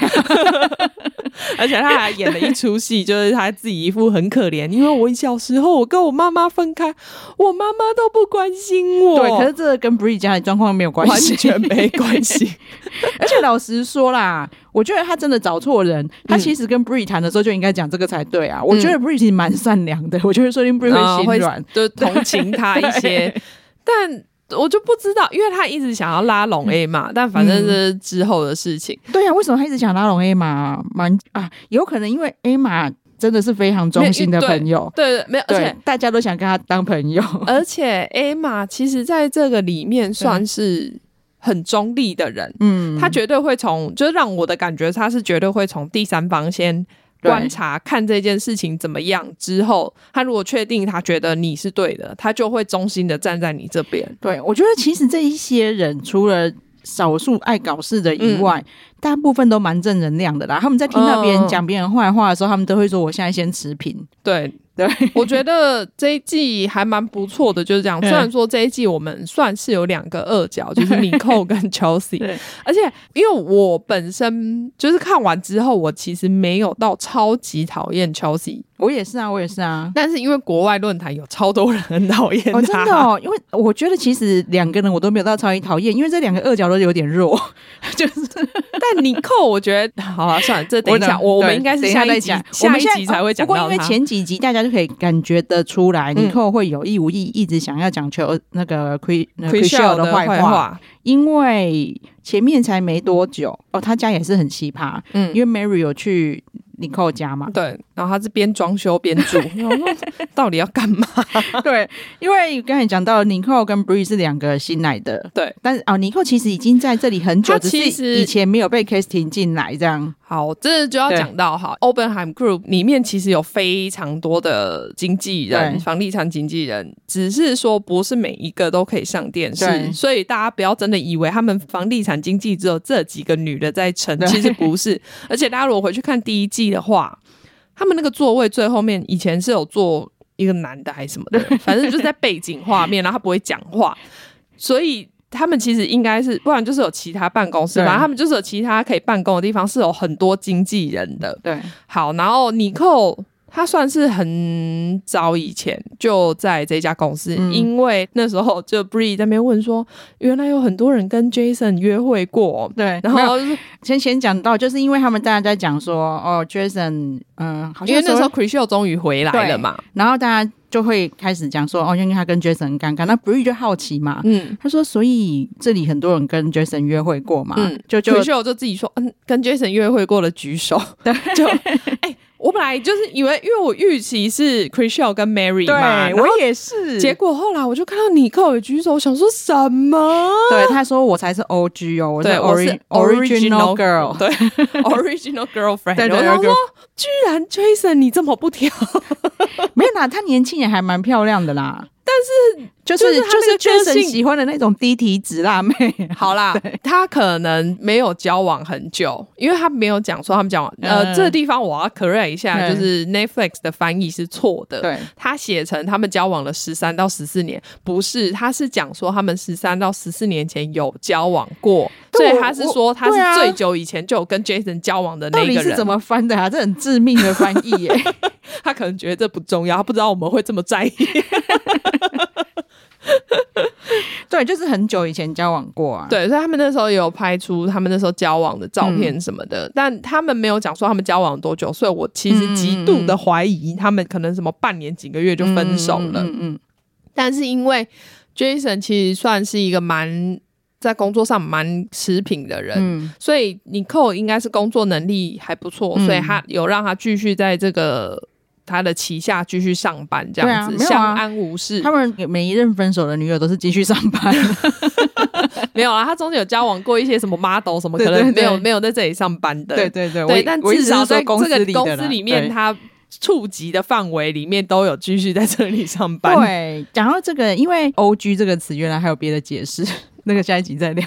Speaker 1: 而且他还演了一出戏，就是他自己一副很可怜，因为我小时候我跟我妈妈分开，我妈妈都不关心我，
Speaker 2: 对。可是这个跟 Bree 家的状况没有关
Speaker 1: 完
Speaker 2: 系， [LAUGHS]
Speaker 1: 全没关 [LAUGHS] 系。
Speaker 2: 而且老实说啦，我觉得他真的找错人。他其实跟 Bree 谈的时候就应该讲这个才对啊。我觉得 Bree 其实蛮善良的，我觉得说不定 Bree
Speaker 1: 啊
Speaker 2: 哦会心软。
Speaker 1: 就同情他一些，但。我就不知道，因为他一直想要拉拢 A 嘛，但反正这是之后的事情。
Speaker 2: 对啊，为什么他一直想拉拢 A 玛？蛮啊，有可能因为 A 玛真的是非常忠心的朋友，
Speaker 1: 对，没有，而且
Speaker 2: 对，大家都想跟他当朋友。
Speaker 1: 而且 A 嘛，其实在这个里面算是很中立的人，
Speaker 2: [LAUGHS] 嗯，
Speaker 1: 他绝对会从，就是让我的感觉，他是绝对会从第三方先
Speaker 2: 对
Speaker 1: 观察看这件事情怎么样之后，他如果确定他觉得你是对的，他就会忠心的站在你这边。
Speaker 2: 对我觉得其实这一些人除了。少数爱搞事的以外，大部分都蛮正能量的啦。他们在听到别人
Speaker 1: 嗯
Speaker 2: 讲别人坏话的时候，他们都会说：“我现在先持平。
Speaker 1: 对，
Speaker 2: 对，
Speaker 1: [LAUGHS] 我觉得这一季还蛮不错的，就是这样。
Speaker 2: 嗯
Speaker 1: 虽然说这一季我们算是有两个恶角，就是米寇跟 Chelsea，
Speaker 2: 对
Speaker 1: 而且因为我本身就是看完之后，我其实没有到超级讨厌 Chelsea，”
Speaker 2: 我也是啊，我也是啊。
Speaker 1: 但是因为国外论坛有超多人很讨厌他，
Speaker 2: 哦，真的
Speaker 1: [LAUGHS]
Speaker 2: 哦，因为我觉得其实两个人我都没有到超级讨厌，因为这两个恶角都有点弱，就是
Speaker 1: 但你扣，我觉得好啊，算了，这 [LAUGHS] 等一下，我我们应该是
Speaker 2: 对
Speaker 1: 下
Speaker 2: 等
Speaker 1: 一
Speaker 2: 一
Speaker 1: 集
Speaker 2: 下再，讲我
Speaker 1: 下
Speaker 2: 们
Speaker 1: 一
Speaker 2: 现在哦
Speaker 1: 集才会讲
Speaker 2: 不过
Speaker 1: 到
Speaker 2: 因为
Speaker 1: 它。
Speaker 2: 前几集大家就可以感觉得出来，
Speaker 1: 嗯
Speaker 2: 尼寇会有意无意一直想要讲求那个 Chris
Speaker 1: Chriselle 的
Speaker 2: 坏
Speaker 1: 坏，话，
Speaker 2: 因为前面才没多久哦，他家也是很奇葩，
Speaker 1: 嗯，
Speaker 2: 因为 Mary 有去尼寇家嘛
Speaker 1: [LAUGHS] 对，然后他是边装修边 [LAUGHS] 住，然后说到底要干嘛？
Speaker 2: 对，因为刚才讲到尼寇跟 Bree 是两个新来的，
Speaker 1: 对，
Speaker 2: 但是哦，尼寇其实已经在这里很久，
Speaker 1: 他
Speaker 2: 只
Speaker 1: 其
Speaker 2: 是
Speaker 1: 实
Speaker 2: 以前没有被 c a s t i n 进来这样。
Speaker 1: 好，这就要
Speaker 2: 对
Speaker 1: 讲到哈，Openheim Group 里面其实有非常多的经纪人
Speaker 2: 对，
Speaker 1: 房地产经纪人，只是说不是每一个都可以上电
Speaker 2: 对
Speaker 1: 视，所以大家不要真的以为他们房地产经纪只有这几个女的在撑，
Speaker 2: 对
Speaker 1: 其实
Speaker 2: [LAUGHS]
Speaker 1: 不是。而且大家如果回去看第一季的话，他们那个座位最后面以前是有坐一个男的还是什么的，反正就是在背景画面，然后他不会讲话，所以。他们其实应该是，不然就是有其他办公室，
Speaker 2: 对
Speaker 1: 反正他们就是有其他可以办公的地方，是有很多经纪人的。
Speaker 2: 对，
Speaker 1: 好，然后尼寇他算是很早以前就在这家公司，
Speaker 2: 嗯
Speaker 1: 因为那时候就 Bree 在那边问说，原来有很多人跟 Jason 约会过，
Speaker 2: 对，
Speaker 1: 然
Speaker 2: 没有
Speaker 1: 后就是
Speaker 2: 先先讲到，就是因为他们大家在讲说，哦，Jason，嗯、好像
Speaker 1: 因为那时候 c r i s h e l 终于回来了嘛，
Speaker 2: 然后大家就会开始讲说，哦，因为他跟 Jason 很尴尬，那 Bree 就好奇嘛，
Speaker 1: 嗯。
Speaker 2: 他说，所以这里很多人跟 Jason 约会过嘛，
Speaker 1: 嗯，
Speaker 2: 就就
Speaker 1: c r i s h e l 就自己说，嗯，跟 Jason 约会过的
Speaker 2: [LAUGHS]
Speaker 1: 举手，就哎、我本来就是以为，因为我预期是 c r i s h e l 跟 Mary 嘛，然后
Speaker 2: 也是
Speaker 1: 结
Speaker 2: 结
Speaker 1: 果后来我就看到尼寇也举手，我想说什么？
Speaker 2: 对他说我才是 O G 哦，我
Speaker 1: 对，我是
Speaker 2: ori- original [LAUGHS] girl，
Speaker 1: 对，original girlfriend。
Speaker 2: 对对
Speaker 1: 我想
Speaker 2: 对
Speaker 1: 说，居然 Jason 你这么不挑，
Speaker 2: 没有啦，她年轻也还蛮漂亮的啦，但是就是
Speaker 1: 就是她那个
Speaker 2: 就
Speaker 1: 个
Speaker 2: Jason
Speaker 1: 性
Speaker 2: 喜欢的那种低体脂辣
Speaker 1: [LAUGHS]
Speaker 2: 妹，
Speaker 1: 好啦，他可能没有交往很久，因为他没有讲说他们交往。
Speaker 2: 嗯
Speaker 1: 呃，这地方我要 correct 一下，
Speaker 2: 嗯
Speaker 1: 就是 Netflix 的翻译是错的。
Speaker 2: 对，
Speaker 1: 他写成他们交往了十三到十四年，不是，他是讲说他们十三到十四年前有交往过，所
Speaker 2: 对
Speaker 1: 以他是
Speaker 2: 我
Speaker 1: 说他
Speaker 2: 对啊
Speaker 1: 是最久以前就有跟 Jason 交往的那
Speaker 2: 到
Speaker 1: 一
Speaker 2: 底
Speaker 1: 个
Speaker 2: 是
Speaker 1: 人
Speaker 2: 怎。么翻的啊？这很致命的翻译耶、
Speaker 1: 他可能觉得这不重要，他不知道我们会这么在意。
Speaker 2: [LAUGHS] 对，就是很久以前交往过啊。，
Speaker 1: 对，所以他们那时候也有拍出他们那时候交往的照片什么的，但他们没有讲说他们交往多久，所以我其实极度的怀疑他们可能什么半年几个月就分手了。
Speaker 2: 嗯嗯
Speaker 1: 但是因为 Jason 其实算是一个蛮在工作上蛮持平的人，
Speaker 2: 嗯，
Speaker 1: 所以 Nicole 应该是工作能力还不错，
Speaker 2: 嗯
Speaker 1: 所以他有让他继续在这个他的旗下继续上班，这样子、
Speaker 2: 对啊没有啊
Speaker 1: 相安无事。
Speaker 2: 他们每一任分手的女友都是继续上班，
Speaker 1: 没有啊，他中间有交往过一些什么 model 什么，可
Speaker 2: 对对
Speaker 1: 能没
Speaker 2: 对
Speaker 1: 有没有在这里上班的。
Speaker 2: [LAUGHS] 对对
Speaker 1: 对，但至少在
Speaker 2: 公
Speaker 1: 这个公司里
Speaker 2: 里
Speaker 1: 面，。他触及的范围里面都有继续在这里上班。
Speaker 2: 对，讲到这个，因为 “O G” 这个词原来还有别的解释， [LAUGHS] 那个下一集再聊。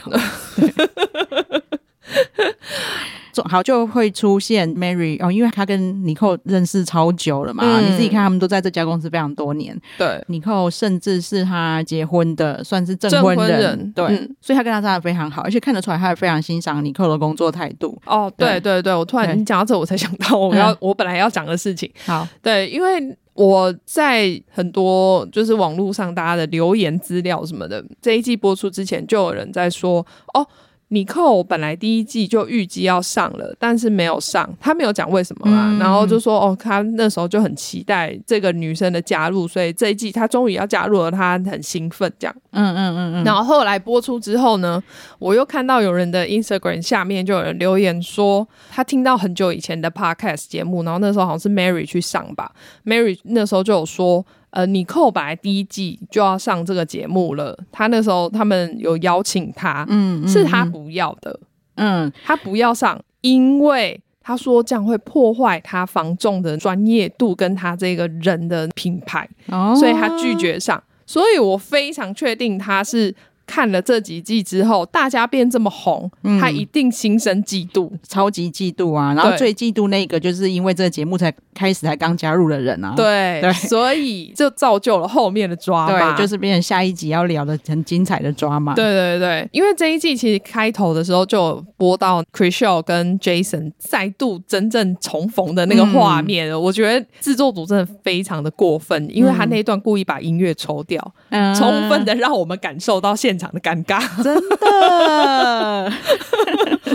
Speaker 2: 总 [LAUGHS] 好就会出现 Mary 哦，因为她跟尼寇认识超久了嘛，
Speaker 1: 嗯
Speaker 2: 你自己看他们都在这家公司非常多年。
Speaker 1: 对，
Speaker 2: 尼寇甚至是她结婚的，算是证
Speaker 1: 证
Speaker 2: 婚人，
Speaker 1: 婚人
Speaker 2: 对，
Speaker 1: 嗯
Speaker 2: 所以她跟他真的非常好，而且看得出来她也非常欣赏尼寇的工作态度。
Speaker 1: 哦，对对对，我突然
Speaker 2: 对
Speaker 1: 你讲到这，我才想到我要、
Speaker 2: 嗯
Speaker 1: 我本来要讲的事情，
Speaker 2: 好，
Speaker 1: 对，因为我在很多就是网络上大家的留言资料什么的，这一季播出之前就有人在说，哦，尼寇本来第一季就预计要上了，但是没有上，他没有讲为什么啦，
Speaker 2: 嗯
Speaker 1: 然后就说哦，他那时候就很期待这个女生的加入，所以这一季他终于要加入了，他很兴奋这样。
Speaker 2: 嗯嗯嗯嗯，
Speaker 1: 然后后来播出之后呢，我又看到有人的 Instagram 下面就有人留言说，他听到很久以前的 podcast 节目，然后那时候好像是 Mary 去上吧，Mary 那时候就有说。呃，你寇本来第一季就要上这个节目了，他那时候他们有邀请他，
Speaker 2: 嗯
Speaker 1: 是他不要的，
Speaker 2: 嗯
Speaker 1: 他不要上，因为他说这样会破坏他防重的专业度跟他这个人的品牌。
Speaker 2: 哦
Speaker 1: 所以他拒绝上。所以我非常确定他是看了这几季之后，大家变这么红，
Speaker 2: 嗯
Speaker 1: 他一定心生嫉妒。
Speaker 2: 超级嫉妒啊，然后
Speaker 1: 对
Speaker 2: 最嫉妒那个就是因为这个节目才开始才刚加入的人啊，
Speaker 1: 对，
Speaker 2: 对
Speaker 1: 所以就造就了后面的抓嘛，
Speaker 2: 对，就是变成下一集要聊的很精彩的抓嘛，
Speaker 1: 对对对，因为这一季其实开头的时候就有播到 c r i s h a l 跟 Jason 再度真正重逢的那个画
Speaker 2: 嗯
Speaker 1: 面了，我觉得制作组真的非常的过分，因为他那一段故意把音乐抽掉，
Speaker 2: 嗯，
Speaker 1: 充分的让我们感受到现场的尴尬。
Speaker 2: 真的。
Speaker 1: [LAUGHS]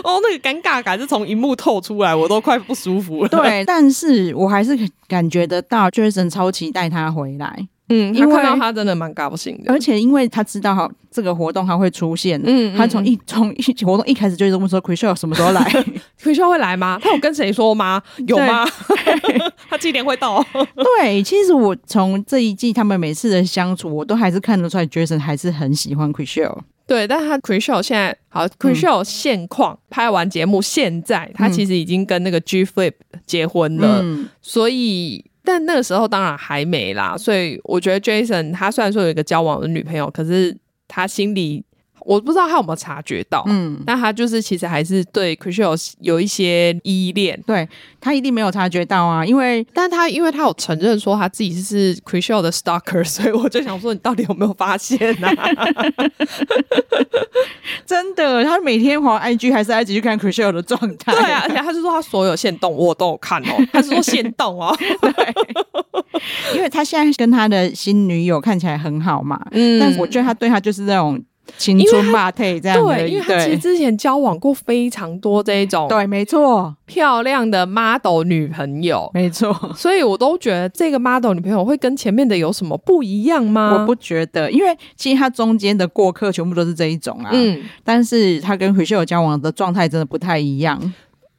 Speaker 1: 哦，那个尴尬感是从荧幕透出来，我都快不舒服了。，
Speaker 2: 对，但是我还是感觉得到 Jason 超期待他回来，
Speaker 1: 嗯，他
Speaker 2: 因为
Speaker 1: 看到他真的蛮高兴的
Speaker 2: 而。且因为他知道好这个活动他会出现，
Speaker 1: 嗯
Speaker 2: 他从一从一活动一开始就一直问说 c h r i s h e l 什么时候来，
Speaker 1: [LAUGHS] 奎秀会来吗？他有跟谁说吗？有吗？ [LAUGHS] 他几点会到？
Speaker 2: 对，其实我从这一季他们每次的相处，我都还是看得出来 Jason 还是很喜欢 c h r i s h e l
Speaker 1: 对，但他 c r i s h a l 现在好 c r i s h
Speaker 2: 嗯
Speaker 1: a l 现况、拍完节目，现在他其实已经跟那个 G Flip 结婚了，
Speaker 2: 嗯，
Speaker 1: 所以。但那个时候当然还没啦，所以我觉得 Jason 他虽然说有一个交往的女朋友，可是他心里我不知道他有没有察觉到，
Speaker 2: 嗯，
Speaker 1: 但他就是其实还是对 c r i s h a l 有一些依恋，
Speaker 2: 对他一定没有察觉到啊，因为
Speaker 1: 但他因为他有承认说他自己是 c r i s h a l 的 stalker，所以我就想说你到底有没有发现啊呢、
Speaker 2: 真的他每天滑 IG 还是 IG 去看 c h r i s h e l 的状态，
Speaker 1: [LAUGHS] 对啊，而且他是说他所有线动我都有看
Speaker 2: [LAUGHS]
Speaker 1: 哦，他是说线动哦，
Speaker 2: 因为他现在跟他的新女友看起来很好嘛，
Speaker 1: 嗯
Speaker 2: 但我觉得他对他就是那种青春霸退这样的，
Speaker 1: 对，因为他其实之前交往过非常多这一种
Speaker 2: 对，没错，
Speaker 1: 漂亮的 model 女朋友。
Speaker 2: 没错。
Speaker 1: 所以我都觉得这个 model 女朋友会跟前面的有什么不一样吗？
Speaker 2: 我不觉得，因为其实他中间的过客全部都是这一种啊，嗯，
Speaker 1: 嗯，
Speaker 2: 但是他跟许秀友交往的状态真的不太一样。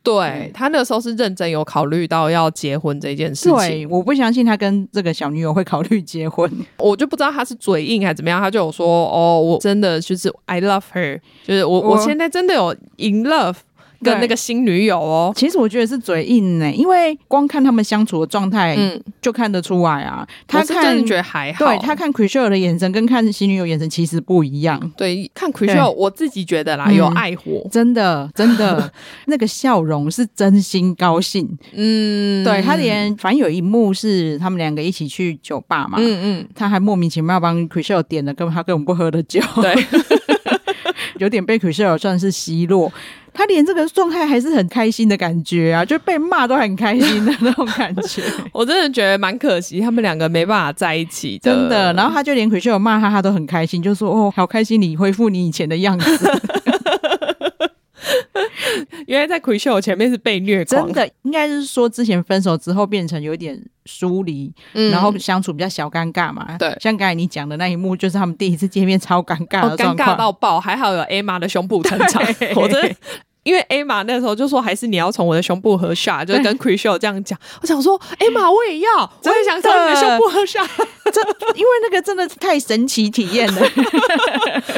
Speaker 1: 对他那时候是认真有考虑到要结婚这件事情，
Speaker 2: 对，我不相信他跟这个小女友会考虑结婚。
Speaker 1: 我就不知道他是嘴硬还是怎么样，他就有说哦，我真的就是 I love her，就是我
Speaker 2: 我
Speaker 1: 我现在真的有 in love 跟那个新女友哦，
Speaker 2: 其实我觉得是嘴硬呢、因为光看他们相处的状态
Speaker 1: 嗯，
Speaker 2: 就看得出来啊。
Speaker 1: 他
Speaker 2: 他
Speaker 1: 是真
Speaker 2: 看
Speaker 1: 的觉得还好，
Speaker 2: 对他看 c h r i s h e l 的眼神跟看新女友眼神其实不一样，
Speaker 1: 对看 c h r i s t a l 我自己觉得啦，有
Speaker 2: 嗯
Speaker 1: 爱火，
Speaker 2: 真
Speaker 1: [LAUGHS]
Speaker 2: 的真的，那个笑容是真心高兴。
Speaker 1: 嗯，
Speaker 2: 对他连反正有一幕是他们两个一起去酒吧嘛，
Speaker 1: 嗯嗯，
Speaker 2: 他还莫名其妙帮 c h r i s h e l 点了根本他根本不喝的酒，
Speaker 1: 对
Speaker 2: [LAUGHS]
Speaker 1: [LAUGHS]
Speaker 2: 有点被 c h r i s h e l 算是奚落。他连这个状态还是很开心的感觉啊，就被骂都很开心的那种感
Speaker 1: [LAUGHS]
Speaker 2: 觉，
Speaker 1: 我真的觉得蛮可惜，他们两个没办法在一起的，
Speaker 2: 真的。然后他就连 c h r i s h e l 骂他，他都很开心，就说：“哦，好开心，你恢复你以前的样子。”
Speaker 1: 原来在 c h r i s t a l 前面是被虐狂
Speaker 2: 真，的应该是说之前分手之后变成有点疏离，
Speaker 1: 嗯
Speaker 2: 然后相处比较小尴尬嘛。
Speaker 1: 对
Speaker 2: 像刚才你讲的那一幕，就是他们第一次见面超尴尬
Speaker 1: 哦，
Speaker 2: 的
Speaker 1: 尴
Speaker 2: 状
Speaker 1: 尬
Speaker 2: 况。
Speaker 1: 到爆，还好有 Emma 的胸部撑场， [LAUGHS] 我真的。因为 Emma 那时候就说，还是你要从我的胸部合下，就是跟 Chris h a 这样讲。我想说，Emma 我也要，我也想从你的胸部合下， [LAUGHS]
Speaker 2: 因为那个真的太神奇体验了，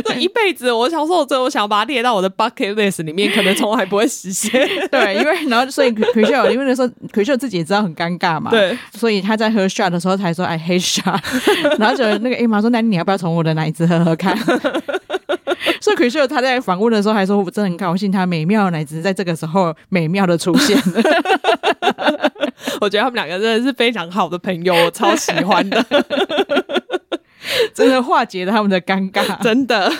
Speaker 1: 这一辈子我想说，我最后想把它列到我的 bucket list 里面，可能从来不会实现。
Speaker 2: 对，因为然后所以 c h r i s h e l 因为那时候 c h r i s h e l 自己也知道很尴尬嘛，，
Speaker 1: 对，
Speaker 2: 所以他在哎喝 shot 的时候才
Speaker 1: [LAUGHS]
Speaker 2: 说 I hate shot，然后就那个 Emma 说，那你要不要从我的奶子喝喝看？所以可秀他在访问的时候还说，我真的很高兴他美妙乃至在这个时候美妙的出现。
Speaker 1: [LAUGHS] 我觉得他们两个真的是非常好的朋友，我超喜欢 [LAUGHS] 的，
Speaker 2: 真的化解了他们的尴尬。
Speaker 1: 真的。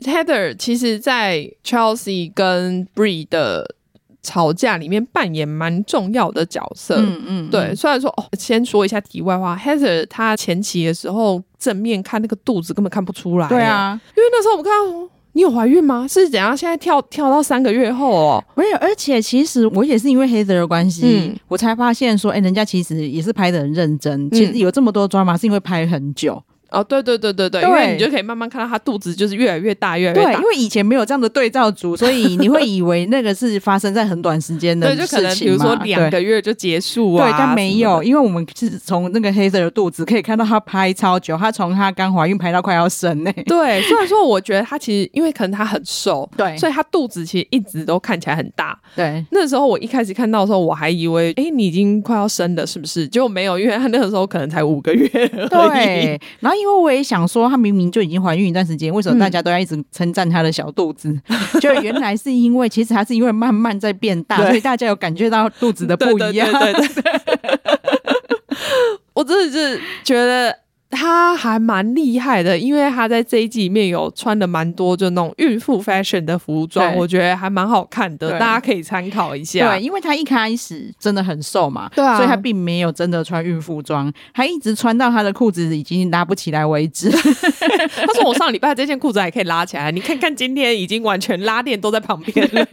Speaker 1: Heather 其实，在 Chelsea 跟 Bree 的吵架里面扮演蛮重要的角色。
Speaker 2: 嗯嗯，
Speaker 1: 对，虽然说哦，先说一下题外话，Heather 她前期的时候正面看那个肚子根本看不出来，
Speaker 2: 对，啊，
Speaker 1: 因为那时候我们看到哦你有怀孕吗？是怎样？现在跳跳到三个月后哦，
Speaker 2: 没有，而且其实我也是因为黑泽的关系，
Speaker 1: 嗯
Speaker 2: 我才发现说，哎、人家其实也是拍的很认真。其实有这么多抓马，是因为拍很久。
Speaker 1: 哦，对对对对对，
Speaker 2: 对
Speaker 1: 因为你就可以慢慢看到她肚子就是越来越大，越来越
Speaker 2: 对，
Speaker 1: 大
Speaker 2: 因。为以前没有这样的对照 [LAUGHS] 组，所以你会以为那个是发生在很短时间的事情
Speaker 1: 对，就可能比如说
Speaker 2: 嘛
Speaker 1: 两个月就结束
Speaker 2: 对，
Speaker 1: 啊，
Speaker 2: 对但没 [LAUGHS] 有，
Speaker 1: 什么
Speaker 2: 因为我们是从那个黑泽的肚子可以看到她拍超久，她从她刚怀孕拍到快要生呢、
Speaker 1: 的。对，虽然说我觉得她其实因为可能她很瘦，
Speaker 2: 对
Speaker 1: 所以她肚子其实一直都看起来很大。
Speaker 2: 对，
Speaker 1: 那时候我一开始看到的时候，我还以为，哎、你已经快要生了，是不是？结果没有，因为她那个时候可能才五个月 [LAUGHS] 而已。
Speaker 2: 对，然后因为我也想说，她明明就已经怀孕一段时间，为什么大
Speaker 1: 嗯
Speaker 2: 家都要一直称赞她的小肚子？就原来是因为，其实她是因为慢慢在变大，
Speaker 1: [LAUGHS] 对
Speaker 2: 所以大家有感觉到肚子的不一样。
Speaker 1: 对对对对 [LAUGHS] 对我真的是觉得他还蛮厉害的，因为他在这一季里面有穿的蛮多就那种孕妇 fashion 的服装，
Speaker 2: 对
Speaker 1: 我觉得还蛮好看的，
Speaker 2: 对
Speaker 1: 大家可以参考一下。
Speaker 2: 对，因为她一开始真的很瘦嘛，
Speaker 1: 对啊
Speaker 2: 所以她并没有真的穿孕妇装，她一直穿到她的裤子已经拉不起来为止。 [LAUGHS]
Speaker 1: [LAUGHS] 他说我上礼拜这件裤子还可以拉起来，你看看今天已经完全拉链都在旁边
Speaker 2: [LAUGHS]
Speaker 1: 了，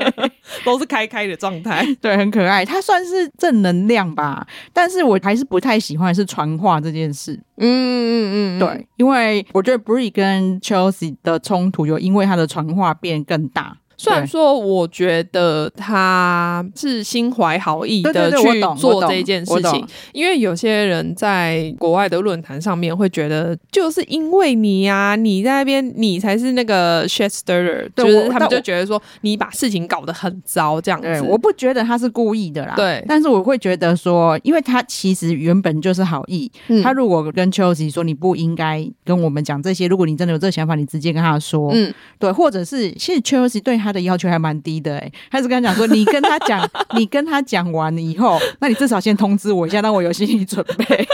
Speaker 1: 都是开开的状态。
Speaker 2: 对，很可爱，她算是正能量吧，但是我还是不太喜欢是传话这件事。
Speaker 1: 嗯嗯嗯，
Speaker 2: 对，因为我觉得 Bree 跟 Chelsea 的冲突有因为她的传话变更大。
Speaker 1: 虽然说，我觉得他是心怀好意
Speaker 2: 对对
Speaker 1: 的
Speaker 2: 对我
Speaker 1: 去
Speaker 2: 懂我
Speaker 1: 做
Speaker 2: 懂
Speaker 1: 这件
Speaker 2: 我
Speaker 1: 事
Speaker 2: 懂
Speaker 1: 情，因为有些人在国外的论坛上面会觉得，就是因为你呀、啊，你在那边，你才是那个 shit stirrer，
Speaker 2: 对
Speaker 1: 就是
Speaker 2: 我但
Speaker 1: 他们就
Speaker 2: 我
Speaker 1: 觉得说你把事情搞得很糟这样
Speaker 2: 对，
Speaker 1: 子。
Speaker 2: 我不觉得他是故意的啦。
Speaker 1: 对
Speaker 2: 但是我会觉得说，因为他其实原本就是好意。
Speaker 1: 嗯
Speaker 2: 他如果跟秋喜说你不应该跟我们讲这些，如果你真的有这个想法，你直接跟他说。
Speaker 1: 嗯，
Speaker 2: 对，或者是其实秋喜对他的要求还蛮低的、欸，诶，他是跟他讲说，你跟他
Speaker 1: [LAUGHS]
Speaker 2: 讲，你跟他讲完以后，那你至少先通知我一下，让我有心理准
Speaker 1: [LAUGHS]
Speaker 2: 备。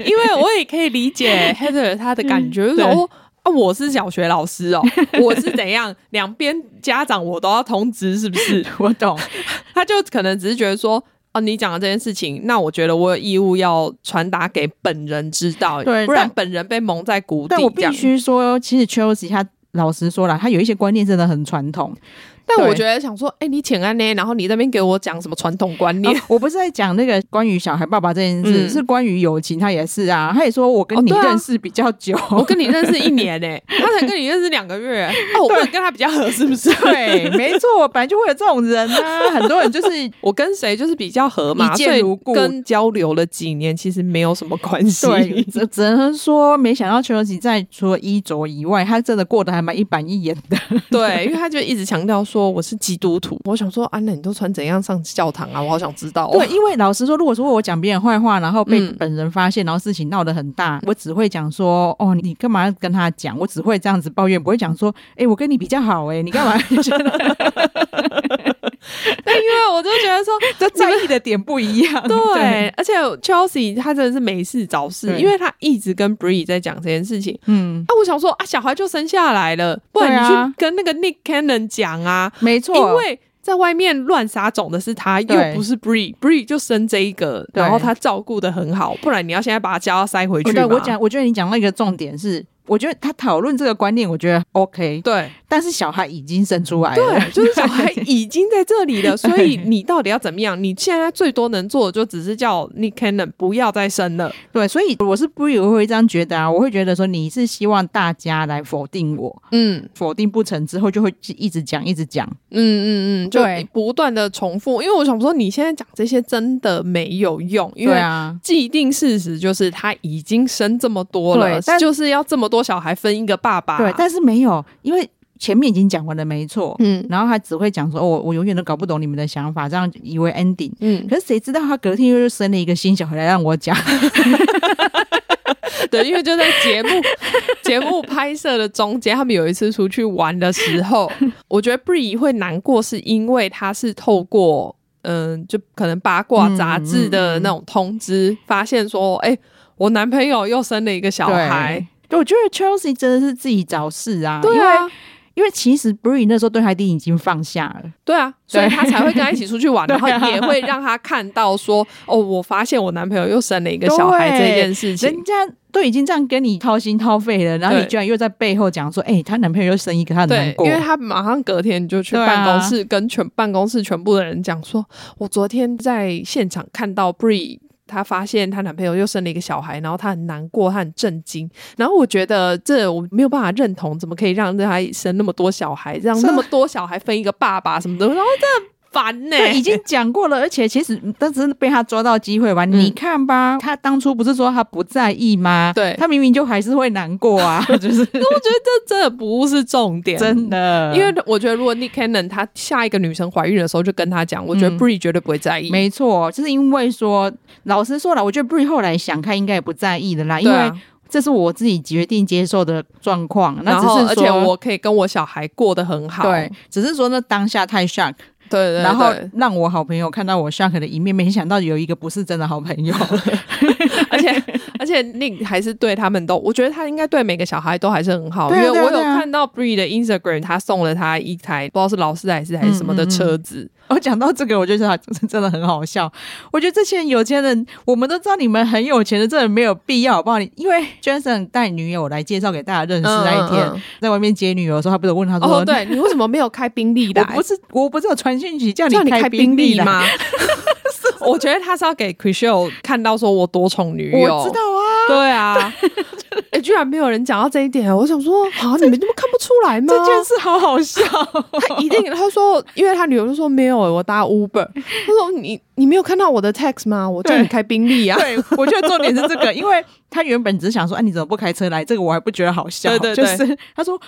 Speaker 1: 因为我也可以理 [LAUGHS] 解 Heather 她的感觉，就是
Speaker 2: 对
Speaker 1: 说。哦啊，我是小学老师 [LAUGHS] 哦，我是怎样？两边家长我都要通知，是不 [LAUGHS] 是？
Speaker 2: 我懂，
Speaker 1: 他就可能只是觉得说，哦，你讲的这件事情，那我觉得我有义务要传达给本人知道，
Speaker 2: 对
Speaker 1: 不然
Speaker 2: 但
Speaker 1: 本人被蒙在鼓底
Speaker 2: 但我
Speaker 1: 这
Speaker 2: 必
Speaker 1: 样。
Speaker 2: 须说，其实秋喜他老实说了，他有一些观念真的很传统。
Speaker 1: 但我
Speaker 2: 对
Speaker 1: 觉得想说，哎、你请安呢，然后你在那边给我讲什么传统观念？
Speaker 2: 啊 [LAUGHS] 我不是在讲那个关于小孩爸爸这件事，
Speaker 1: 嗯
Speaker 2: 是关于友情，他也是啊，他也说我
Speaker 1: 哦
Speaker 2: 跟你
Speaker 1: 对啊哦
Speaker 2: 认识比较
Speaker 1: [LAUGHS]
Speaker 2: 久，
Speaker 1: [LAUGHS] 我跟你认识一年呢、他才跟你认识两个 [LAUGHS] 月，哦，我不能跟他比较合，是不是？
Speaker 2: 对， [LAUGHS] 没错，本来就会有这种人啊，很多人就是。
Speaker 1: 我跟谁就是比较合嘛，
Speaker 2: 一见
Speaker 1: 所以
Speaker 2: 如故
Speaker 1: 跟交流了几年其实没有什么关 [LAUGHS] 系。
Speaker 2: 对， [LAUGHS] 只只能说，没想到丘吉在除了衣着以外，他真的过得还蛮一板一眼的。
Speaker 1: [LAUGHS] 对，因为他就一直强调说我是基督徒，我想说，安、啊、娜你都穿怎样上教堂啊？我好想知道、哦。
Speaker 2: 对，因为老实说，如果说我讲别人坏话，然后被
Speaker 1: 嗯
Speaker 2: 本人发现，然后事情闹得很大，我只会讲说，哦，你干嘛要跟他讲？我只会这样子抱怨，不会讲说，哎、我跟你比较好、哎，你干嘛？ [LAUGHS]
Speaker 1: [LAUGHS] 但因为我就觉 [LAUGHS] 得说，
Speaker 2: 这在意的点不一样。
Speaker 1: 嗯对，而且 Chelsea 他真的是没事找事，
Speaker 2: 对
Speaker 1: 因为他一直跟 Bree 在讲这件事情。
Speaker 2: 嗯，
Speaker 1: 啊，我想说啊，小孩就生下来了，不然
Speaker 2: 对啊
Speaker 1: 你去跟那个 Nick Cannon 讲啊，
Speaker 2: 没错，
Speaker 1: 因为。在外面乱撒种的是他，
Speaker 2: 对
Speaker 1: 又不是 Bree，Bree 就生这一个，
Speaker 2: 对哦
Speaker 1: 然后他照顾的很好，不然你要现在把他家要塞回去
Speaker 2: 对，
Speaker 1: 吗？
Speaker 2: 我讲，我觉得你讲到一个重点是，我觉得他讨论这个观念，我觉得 OK，
Speaker 1: 对
Speaker 2: 但是小孩已经生出来了，
Speaker 1: 对，就是
Speaker 2: [LAUGHS]
Speaker 1: 小孩已经在这里了，所以你到底要怎么样？你现在最多能做的就只是叫 Nick Cannon 不要再生了，
Speaker 2: 对，所以我是不以为会这样觉得啊，我会觉得说你是希望大家来否定我，
Speaker 1: 嗯，
Speaker 2: 否定不成之后就会一直讲，一直讲，
Speaker 1: 嗯嗯嗯，就
Speaker 2: 对
Speaker 1: 不断的重复，因为我想说，你现在讲这些真的没有用，因
Speaker 2: 对
Speaker 1: 为
Speaker 2: 啊。
Speaker 1: 既定事实就是他已经生这么多了
Speaker 2: 对，但
Speaker 1: 就是要这么多小孩分一个爸爸。
Speaker 2: 对，但是没有，因为前面已经讲完了，没错。
Speaker 1: 嗯
Speaker 2: 然后他只会讲说：“哦，我我永远都搞不懂你们的想法，这样以为 ending。
Speaker 1: 嗯，
Speaker 2: 可是谁知道他隔天又生了一个新小孩来让我讲，
Speaker 1: 对，因为就在节目节目拍摄的中间，他们有一次出去玩的时候，我觉得 Bree 会难过，是因为他是透过嗯，就可能八
Speaker 2: 嗯
Speaker 1: 卦杂志的那种通知，发现说，哎、我男朋友又生了一个小孩，
Speaker 2: 对，我觉得 Chelsea 真的是自己找事啊，
Speaker 1: 对
Speaker 2: 因为
Speaker 1: 啊，
Speaker 2: 因为其实 Bree 那时候对海蒂已经放下了，
Speaker 1: 对啊，所以他才会跟他一起出
Speaker 2: [LAUGHS]
Speaker 1: 去玩，
Speaker 2: 对啊
Speaker 1: 然后也会让他看到说，哦，我发现我男朋友又生了一个小孩这
Speaker 2: 对
Speaker 1: 件事情
Speaker 2: 人。家都已经这样跟你掏心掏肺了，然后你
Speaker 1: 对
Speaker 2: 居然又在背后讲说，哎、她男朋友又生一个，她很难
Speaker 1: 对，
Speaker 2: 过，
Speaker 1: 因为他马上隔天就去
Speaker 2: 对啊
Speaker 1: 办公室，跟全办公室全部的人讲说，我昨天在现场看到 Bree。她发现她男朋友又生了一个小孩，然后她很难过，她很震惊。然后我觉得这我没有办法认同，怎么可以让她生那么多小孩，让
Speaker 2: 是啊
Speaker 1: 那么多小孩分一个爸爸什么的？然后这很烦
Speaker 2: [LAUGHS]
Speaker 1: 呢、
Speaker 2: 对，已经讲过了，而且其实但只是被他抓到机会
Speaker 1: 嗯
Speaker 2: 吧。你看吧，他当初不是说他不在意吗？
Speaker 1: 对
Speaker 2: 他明明就还是会难过
Speaker 1: [LAUGHS]
Speaker 2: 啊，就是
Speaker 1: 我觉得这真的不是重点，
Speaker 2: 真的，
Speaker 1: 因为我觉得如果 Nick Cannon 他下一个女生怀孕的时候就跟她讲，我觉得
Speaker 2: 嗯
Speaker 1: Bree 绝对不会在意。
Speaker 2: 没错，就是因为说，老实说了，我觉得 Bree 后来想开应该也不在意的啦，因
Speaker 1: 对
Speaker 2: 为
Speaker 1: 啊，
Speaker 2: 这是我自己决定接受的状况，那
Speaker 1: 然
Speaker 2: 只
Speaker 1: 后
Speaker 2: 是
Speaker 1: 而
Speaker 2: 说
Speaker 1: 且我可以跟我小孩过得很好。
Speaker 2: 对，只是说那当下太 shock，
Speaker 1: 对对对，
Speaker 2: 然后让我好朋友看到我 shock 的一面，没想到有一个不是真的好朋友，
Speaker 1: 而且而且 Nick 还是对他们都，我觉得他应该对每个小孩都还是很好，
Speaker 2: 对啊
Speaker 1: 因为
Speaker 2: 对啊
Speaker 1: 我有
Speaker 2: 对啊
Speaker 1: 看到 Bree 的 Instagram，他送了他一台不知道是劳斯莱斯还是什么
Speaker 2: 嗯
Speaker 1: 的
Speaker 2: 嗯嗯
Speaker 1: 车子，
Speaker 2: [LAUGHS] 我讲到这个，我就觉得啊真的很好笑。我觉得这些有钱人，我们都知道你们很有钱的，真的没有必要，好不好？你因为 Jason 带女友来介绍给大家认识那一天，
Speaker 1: 嗯嗯
Speaker 2: 在外面接女友的时候，他不是有问他说：“
Speaker 1: 哦，对你为什么没有开宾利的
Speaker 2: 我？不是我不是有传讯息叫
Speaker 1: 叫你
Speaker 2: 开
Speaker 1: 宾
Speaker 2: 利
Speaker 1: 利？ [LAUGHS] 吗？我觉得他是要给 c h r i s h e l 看到说我多宠女友，
Speaker 2: 我知道啊，
Speaker 1: 对啊， [LAUGHS] 哎、居然没有人讲到这一点，我想说，啊，你 [LAUGHS] 们这么看不出来吗？
Speaker 2: 这件事好好
Speaker 1: [LAUGHS]
Speaker 2: 笑。
Speaker 1: 他一定，他说，因为他女友就说没有、欸我搭 Uber。他说你你没有看到我的 text 吗？我叫你
Speaker 2: 对
Speaker 1: 开宾利啊。
Speaker 2: 对，我觉得重点是这个，因为他原本只是想说：“啊，你怎么不开车来？”这个我还不觉得好笑，
Speaker 1: 对对对
Speaker 2: 就是他说。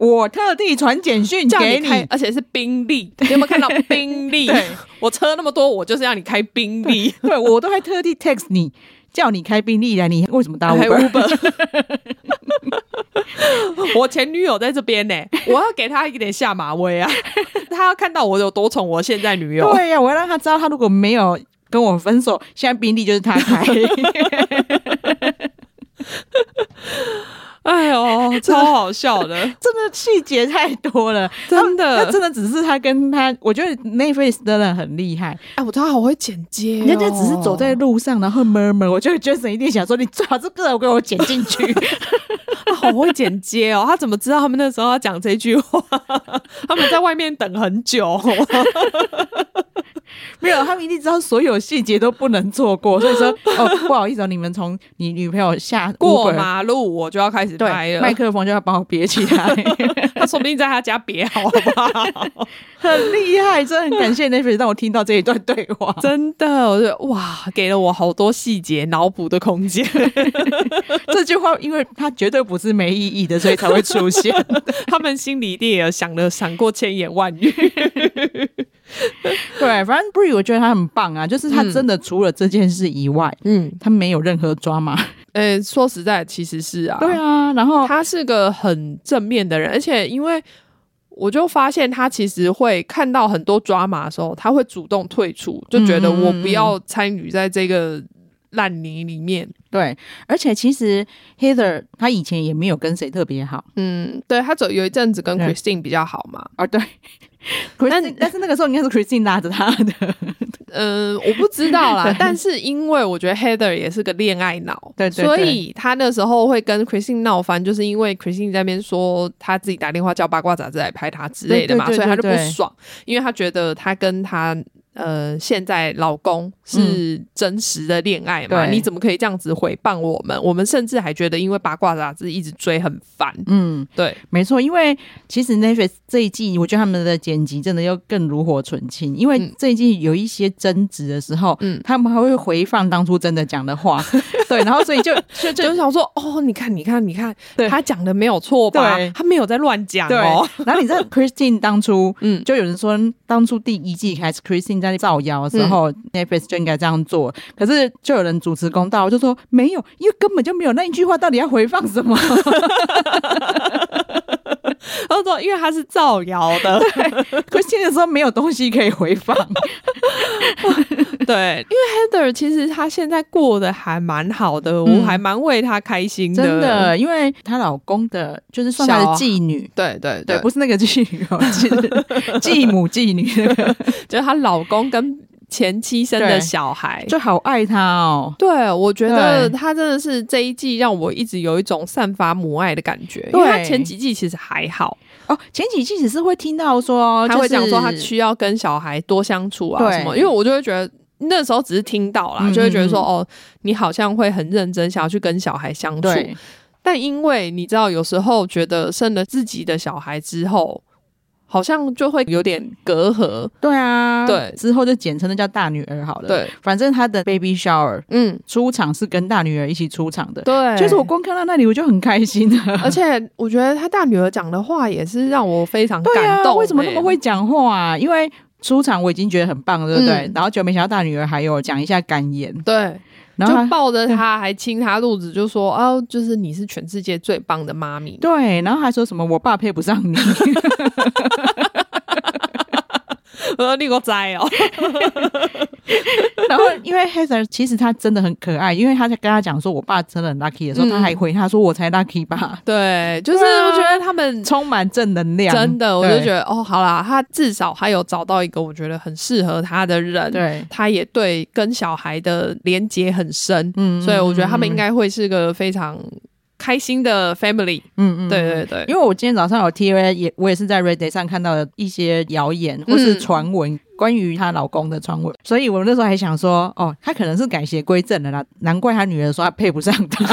Speaker 2: 我特地传简讯
Speaker 1: 叫
Speaker 2: 给
Speaker 1: 你开，而且是宾利，你有没有看到宾利
Speaker 2: 对？
Speaker 1: 我车那么多，我就是要你开宾利。
Speaker 2: [LAUGHS] 对我都还特地 text 你，叫你开宾利来，你为什么搭
Speaker 1: 啊
Speaker 2: [LAUGHS]
Speaker 1: 还
Speaker 2: Uber？
Speaker 1: [LAUGHS] 我前女友在这边呢、我要给她一点下马威啊！她要看到我有多宠我现在女友。
Speaker 2: 对呀、我要让他知道，他如果没有跟我分手，现在宾利就是他
Speaker 1: [LAUGHS]
Speaker 2: 开。，
Speaker 1: 哎呦，超好笑的啊
Speaker 2: 真的细节太多了，
Speaker 1: 真
Speaker 2: 那
Speaker 1: 的
Speaker 2: [LAUGHS] 那。真的只是他跟他，我觉得 n e t f l i 真的很厉害，
Speaker 1: 哎，我他好会剪接、哦，
Speaker 2: 人家只是走在路上，然后 murmur，我就 Jason 一定想说，你最好这个给我剪进
Speaker 1: [LAUGHS]
Speaker 2: 去。
Speaker 1: 他好会剪接哦，他怎么知道他们那时候要讲这句话？ [LAUGHS] 他们在外面等很久，
Speaker 2: 没有，他们一定知道所有细节都不能错过，所以
Speaker 1: [LAUGHS]
Speaker 2: 说，哦，不好意思、哦，你们从你女朋友下
Speaker 1: 过
Speaker 2: Uber，
Speaker 1: 马路我就要开始拍
Speaker 2: 对，麦
Speaker 1: 了。
Speaker 2: 克风就要帮我别起来。
Speaker 1: 他说不定在他家别好吧？
Speaker 2: 很厉害，真的很感谢 n e t f l 让我听到这一段对话。
Speaker 1: [LAUGHS] 真的，我就哇，给了我好多细节脑补的空间。 [LAUGHS]
Speaker 2: 这句话，因为它绝对不是没意义的，所以才会出 [LAUGHS] 现。
Speaker 1: 他们心里一定也有想了闪过千言万语。
Speaker 2: 对，反正 Bree 我觉得他很棒啊，就是他真的除了这件事以外，
Speaker 1: 嗯，
Speaker 2: 他没有任何抓 [LAUGHS] 马。
Speaker 1: 呃、说实在，其实是啊，
Speaker 2: 对啊，然后
Speaker 1: 他是个很正面的人，而且因为我就发现他其实会看到很多抓马的时候，他会主动退出，就觉得我不要参与在这个烂泥里面。
Speaker 2: 对，而且其实 Heather 他以前也没有跟谁特别好
Speaker 1: 嗯，对他走有一阵子跟
Speaker 2: 对
Speaker 1: Christine 比较好嘛。
Speaker 2: 啊。 [LAUGHS] 对 c h r i s 但是那个时候应该是 Christine 拉着他的。
Speaker 1: 嗯，我不知道
Speaker 2: [LAUGHS]
Speaker 1: 啦，但是因为我觉得 Heather 也是个恋爱脑，
Speaker 2: 对对对
Speaker 1: 所以他那时候会跟 Christine 闹翻，就是因为 Christine 在那边说他自己打电话叫八卦杂志来拍他之类的嘛，
Speaker 2: 对对对
Speaker 1: 所以他就
Speaker 2: 对
Speaker 1: 不爽，因为他觉得他跟他。呃，现在老公是真实的恋爱嘛？
Speaker 2: 嗯对
Speaker 1: 你怎么可以这样子诽谤我们？我们甚至还觉得，因为八卦杂志一直追很烦。
Speaker 2: 嗯，
Speaker 1: 对，
Speaker 2: 没错，因为其实 Netflix 这一季，我觉得他们的剪辑真的又更炉火纯青，因为
Speaker 1: 嗯
Speaker 2: 这一季有一些争执的时候，
Speaker 1: 嗯
Speaker 2: 他们还会回放当初真的讲的
Speaker 1: [LAUGHS]
Speaker 2: 话，对，然后所以就就
Speaker 1: 就
Speaker 2: 就。
Speaker 1: 是想说，哦，你看，你看，你看，
Speaker 2: 对
Speaker 1: 他讲的没有错吧
Speaker 2: 对？
Speaker 1: 他没有在乱讲
Speaker 2: 对
Speaker 1: 哦。，
Speaker 2: 然后你知道 Christine 当初，
Speaker 1: 嗯
Speaker 2: 嗯，就有人说，当初第一季开始，Christine 在在造谣的时
Speaker 1: 嗯
Speaker 2: 候、n e t f l i x 就应该这样做。可是就有人主持公道，就说没有，因为根本就没有那一句话，到底要回放
Speaker 1: [LAUGHS]
Speaker 2: 什么？ [LAUGHS]
Speaker 1: 然后说，因为他是造谣 [LAUGHS] 的，
Speaker 2: 可是现在说没有东西可以回放，
Speaker 1: 对，因为 Heather 其实她现在过得还蛮好的，
Speaker 2: 嗯
Speaker 1: 我还蛮为她开心的，
Speaker 2: 真的，因为她老公的就是算她的
Speaker 1: 小
Speaker 2: 妓女。
Speaker 1: 对对
Speaker 2: 对，
Speaker 1: 对，
Speaker 2: 不是那个妓女哦，是继母妓女那个，
Speaker 1: 就是她老公跟前妻生的
Speaker 2: 对
Speaker 1: 小孩。
Speaker 2: 就好爱她哦。
Speaker 1: 对，我觉得
Speaker 2: 对
Speaker 1: 她真的是这一季让我一直有一种散发母爱的感觉，因
Speaker 2: 对
Speaker 1: 为她前几季其实还好，
Speaker 2: 哦，前几季只是会听到说，
Speaker 1: 她
Speaker 2: 哦就
Speaker 1: 会讲说她
Speaker 2: 是
Speaker 1: 需要跟小孩多相处啊
Speaker 2: 对
Speaker 1: 什么，因为我就会觉得。那时候只是听到啦，
Speaker 2: 嗯
Speaker 1: 就会觉得说
Speaker 2: 嗯
Speaker 1: 哦，你好像会很认真，想要去跟小孩相处。
Speaker 2: 对，
Speaker 1: 但因为你知道，有时候觉得生了自己的小孩之后，好像就会有点隔阂。
Speaker 2: 对啊，
Speaker 1: 对
Speaker 2: 之后就简称那叫大女儿好了。，
Speaker 1: 对，
Speaker 2: 反正她的 baby shower
Speaker 1: 嗯，
Speaker 2: 出场是跟大女儿一起出场的，
Speaker 1: 对，
Speaker 2: 就是我。光看到那里我就很开心 [LAUGHS] 了。
Speaker 1: 而且我觉得他大女儿讲的话也是让我非常
Speaker 2: 对
Speaker 1: 感
Speaker 2: 啊，
Speaker 1: 动、
Speaker 2: 为什么那么
Speaker 1: 欸
Speaker 2: 会讲话、啊？因为出场我已经觉得很棒了，对不对？
Speaker 1: 嗯
Speaker 2: 然后就没想到大女儿还有讲一下感言，
Speaker 1: 对？
Speaker 2: 然后嗯
Speaker 1: 就
Speaker 2: 她
Speaker 1: 抱着她，还亲她肚子，就说：“哦，就是你是全世界最棒的
Speaker 2: [LAUGHS]
Speaker 1: 妈咪。”
Speaker 2: 对，然后还说什么我爸配不上你，
Speaker 1: 我说：“你个灾哦！
Speaker 2: [LAUGHS] 然后因为 Heather 其实她真的很可爱，因为她在跟她讲说我爸真的很 lucky 的时候，
Speaker 1: 嗯
Speaker 2: 她还回她说我才 lucky
Speaker 1: [LAUGHS]
Speaker 2: 吧”，
Speaker 1: [LAUGHS] 对，就是
Speaker 2: 对啊
Speaker 1: 我觉得他们
Speaker 2: 充满正能量，
Speaker 1: 真的，我就
Speaker 2: 对
Speaker 1: 觉得哦，好啦，他至少还有找到一个我觉得很适合他的人。
Speaker 2: 对，
Speaker 1: 他也对跟小孩的连接很深，
Speaker 2: 嗯
Speaker 1: 所以我觉得他们应，该会是个非常开心的 family、
Speaker 2: 嗯嗯，
Speaker 1: 对。对对，
Speaker 2: 因为我今天早上有 T A 也，我也是在 Red Day 上看到的一些谣言或
Speaker 1: 嗯
Speaker 2: 是传闻，关于她老公的传闻，所以我那时候还想说，哦，她可能是改邪归正了啦，难怪她女儿说她配不上
Speaker 1: [LAUGHS]
Speaker 2: 他。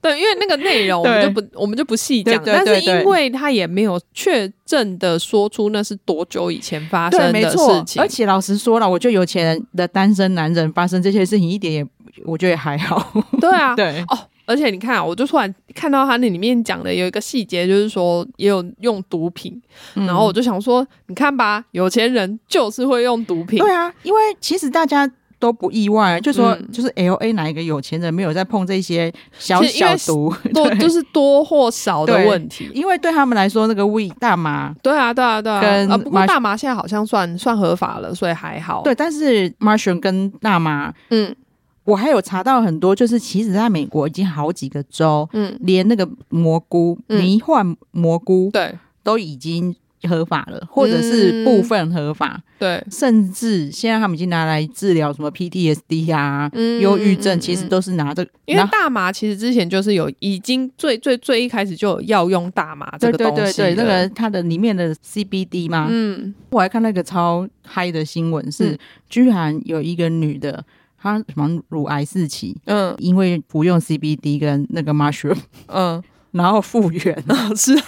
Speaker 1: 对，因为那个内容我
Speaker 2: 对
Speaker 1: 们就不我们就不细讲，
Speaker 2: 对对
Speaker 1: 但是
Speaker 2: 对对
Speaker 1: 因为他也没有确证的说出那是多久以前发生
Speaker 2: 对，没
Speaker 1: 啊的
Speaker 2: 错
Speaker 1: 事。情
Speaker 2: 而，且老实说了，我觉得有钱人的单身男人发生这些事情一点也，我觉得也还好。
Speaker 1: 对啊，
Speaker 2: [LAUGHS] 对，
Speaker 1: 哦。而且你看啊，我就突然看到他那里面讲的有一个细节，就是说也有用毒品，
Speaker 2: 嗯
Speaker 1: 然后我就想说，你看吧，有钱人就是会用毒品，
Speaker 2: 对啊，因为其实大家。都不意外，就说、
Speaker 1: 嗯
Speaker 2: 就是 L A 哪一个有钱人没有在碰这些小
Speaker 1: 其实因
Speaker 2: 小
Speaker 1: 为
Speaker 2: 毒？ [LAUGHS]
Speaker 1: 多就是多或少的
Speaker 2: 对
Speaker 1: 问题。
Speaker 2: 因为对他们来说，那个 we 大麻，
Speaker 1: 对啊，对啊，对啊。
Speaker 2: 跟
Speaker 1: 啊，不
Speaker 2: 麻
Speaker 1: 过大麻现在好像算算合法了，所以还好。，
Speaker 2: 对，但是 Martian 跟大麻，
Speaker 1: 嗯
Speaker 2: 我还有查到很多，就是其实在美国已经好几个州，
Speaker 1: 嗯，
Speaker 2: 连那个蘑菇、
Speaker 1: 嗯
Speaker 2: 迷幻蘑菇
Speaker 1: 对
Speaker 2: 都已经合法了，或者
Speaker 1: 嗯
Speaker 2: 是部分合法，
Speaker 1: 对，
Speaker 2: 甚至现在他们已经拿来治疗什么 PTSD 啊、
Speaker 1: 嗯
Speaker 2: 忧郁
Speaker 1: 嗯
Speaker 2: 症，
Speaker 1: 嗯
Speaker 2: 其实
Speaker 1: 嗯
Speaker 2: 都是拿这个，
Speaker 1: 因为
Speaker 2: 拿
Speaker 1: 大麻其实之前就是有已经最最最一开始就有药用大麻
Speaker 2: 对
Speaker 1: 这个
Speaker 2: 对
Speaker 1: 东
Speaker 2: 对
Speaker 1: 西
Speaker 2: 对，那
Speaker 1: 了
Speaker 2: 个它的里面的 CBD 嘛，
Speaker 1: 嗯，
Speaker 2: 我还看那个超嗨的新闻是，
Speaker 1: 嗯
Speaker 2: 居然有一个女的，她什么乳癌四期，
Speaker 1: 嗯
Speaker 2: 因为服用 CBD 跟那个 mushroom， [LAUGHS]
Speaker 1: 嗯，
Speaker 2: 然后复原，
Speaker 1: 是，
Speaker 2: [LAUGHS]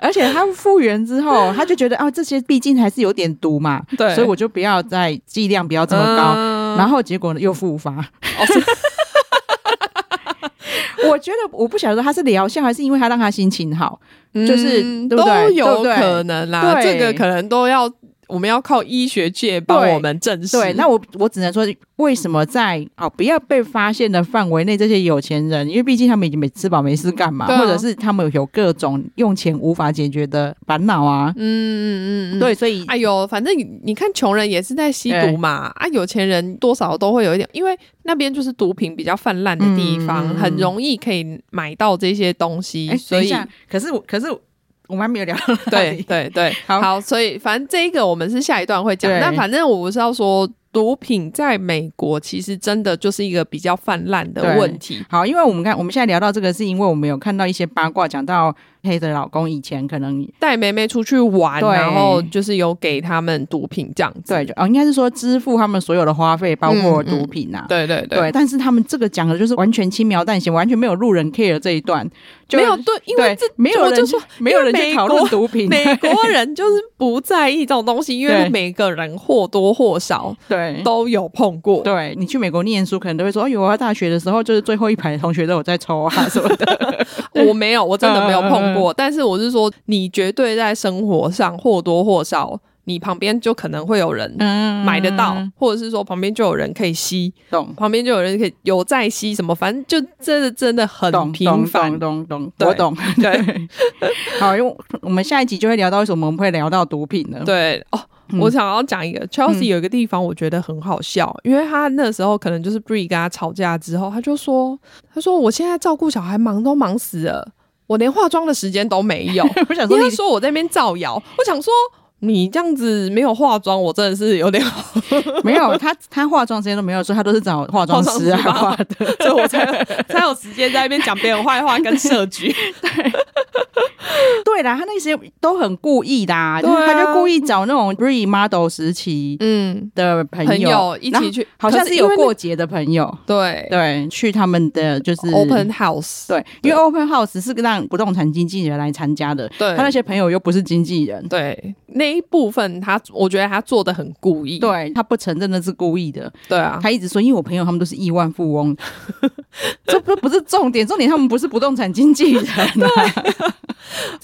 Speaker 2: 而且她复原之后， [LAUGHS] 她就觉得啊，这些毕竟还是有点毒嘛，
Speaker 1: 对，
Speaker 2: 所以我就不要再剂量不要这么高。
Speaker 1: 嗯
Speaker 2: 然后结果呢又复发，
Speaker 1: 哦是
Speaker 2: [LAUGHS] 我觉得我不晓得她是疗效还是因为她让她心情好，就是
Speaker 1: 嗯
Speaker 2: 对不对
Speaker 1: 都
Speaker 2: 对
Speaker 1: 有
Speaker 2: 不对
Speaker 1: 可能啦，
Speaker 2: 对
Speaker 1: 这个可能都要我们要靠医学界帮
Speaker 2: 对
Speaker 1: 我们证实。
Speaker 2: 对，那我我只能说，为什么在啊、不要被发现的范围内，这些有钱人，因为毕竟他们已经没吃饱没事干嘛，
Speaker 1: 对啊
Speaker 2: 或者是他们有各种用钱无法解决的烦恼啊。
Speaker 1: 嗯嗯嗯嗯，
Speaker 2: 对，所以、
Speaker 1: 哎呦，反正你你看，穷人也是在吸毒嘛，啊，有钱人多少都会有一点，因为那边就是毒品比较泛滥的地方，
Speaker 2: 嗯嗯嗯
Speaker 1: 很容易可以买到这些东西，
Speaker 2: 哎，
Speaker 1: 所
Speaker 2: 等一
Speaker 1: 以
Speaker 2: 下，可是我可是我们还没有聊到那
Speaker 1: 对
Speaker 2: 里，
Speaker 1: 对对，
Speaker 2: 好
Speaker 1: 所以反正这一个我们是下一段会讲
Speaker 2: 对，
Speaker 1: 但反正我是要说，毒品在美国其实真的就是一个比较泛滥的
Speaker 2: 对
Speaker 1: 问题，
Speaker 2: [LAUGHS] 好，因为我们看我们现在聊到这个，是因为我们有看到一些八卦，讲到黑的老公以前可能
Speaker 1: 带妹妹出去玩，
Speaker 2: 对
Speaker 1: 然后就是有给他们毒品这样子，
Speaker 2: 对哦，应该是说支付他们所有的花费，包括
Speaker 1: 嗯嗯
Speaker 2: 毒品啊。
Speaker 1: 对对
Speaker 2: 对，但是他们这个讲的就是完全轻描淡写，完全没有路人 care 这一段，就
Speaker 1: 没有对，因
Speaker 2: 对
Speaker 1: 为这
Speaker 2: 没有
Speaker 1: 我
Speaker 2: 人
Speaker 1: 就说
Speaker 2: 去没有人去讨论毒品， [LAUGHS]
Speaker 1: 美国人就是不在意这种东西，因为
Speaker 2: 对
Speaker 1: 每个人或多或少
Speaker 2: 对。
Speaker 1: 都有碰过。
Speaker 2: 对你去美国念书，可能都会说，哎呦，我大学的时候就是最后一排的同学都有在抽啊什么
Speaker 1: [LAUGHS]
Speaker 2: 的。
Speaker 1: 我
Speaker 2: 嗯
Speaker 1: 没有，我真的没有碰过。但是我是说，你绝对在生活上或多或少你旁边就可能会有人
Speaker 2: 嗯
Speaker 1: 买得到，或者是说旁边就有人可以吸，
Speaker 2: 懂。
Speaker 1: 旁边就有人可以有在吸什么，反正就真的真的很
Speaker 2: 懂
Speaker 1: 频
Speaker 2: 懂
Speaker 1: 繁
Speaker 2: 懂。懂懂，
Speaker 1: 对
Speaker 2: 我懂。
Speaker 1: 对
Speaker 2: [LAUGHS] 好，因为我们下一集就会聊到为什么我们会聊到毒品呢？，
Speaker 1: 对哦，
Speaker 2: 嗯
Speaker 1: 我想要讲一个 Chelsea 有一个地方，我觉得很好笑，因为他那时候可能就是 Bree 跟他吵架之后，他就说：“他说我现在照顾小孩忙都忙死了，我连化妆的时间都没有。”
Speaker 2: [LAUGHS] 我 [LAUGHS] 想
Speaker 1: 因
Speaker 2: 说
Speaker 1: 为
Speaker 2: 你
Speaker 1: 他说我在那边造谣，我想说你这样子没有化妆，我真的是有点， [LAUGHS]
Speaker 2: 没有，他他化妆时间都没有，所以他都是找化妆师来
Speaker 1: 化
Speaker 2: 化的。 [LAUGHS]
Speaker 1: 所以我才才有时间在那边讲别人坏话跟设局。
Speaker 2: 对啦，他那些都很故意的、啊，就
Speaker 1: 对
Speaker 2: 是
Speaker 1: 啊
Speaker 2: 他就故意找那种 re model 时期
Speaker 1: 嗯，
Speaker 2: 的朋
Speaker 1: 朋
Speaker 2: 友
Speaker 1: 友一
Speaker 2: 然后
Speaker 1: 起去，
Speaker 2: 好像
Speaker 1: 可
Speaker 2: 是
Speaker 1: 因
Speaker 2: 有
Speaker 1: 为那
Speaker 2: 过节的朋友，
Speaker 1: 对
Speaker 2: 对，去他们的就是。
Speaker 1: 嗯 open house，
Speaker 2: 对，因为 Open House 是让不动产经纪人来参加的，
Speaker 1: 对
Speaker 2: 他那些朋友又不是经纪人，
Speaker 1: 对那一部分他，我觉得他做的很故意。
Speaker 2: 对他不承认那是故意的，
Speaker 1: 对啊，
Speaker 2: 他一直说，因为我朋友他们都是亿万富
Speaker 1: [LAUGHS]
Speaker 2: 翁，这不不是重点，重点他们不是不动产经纪人、
Speaker 1: [LAUGHS]
Speaker 2: 啊，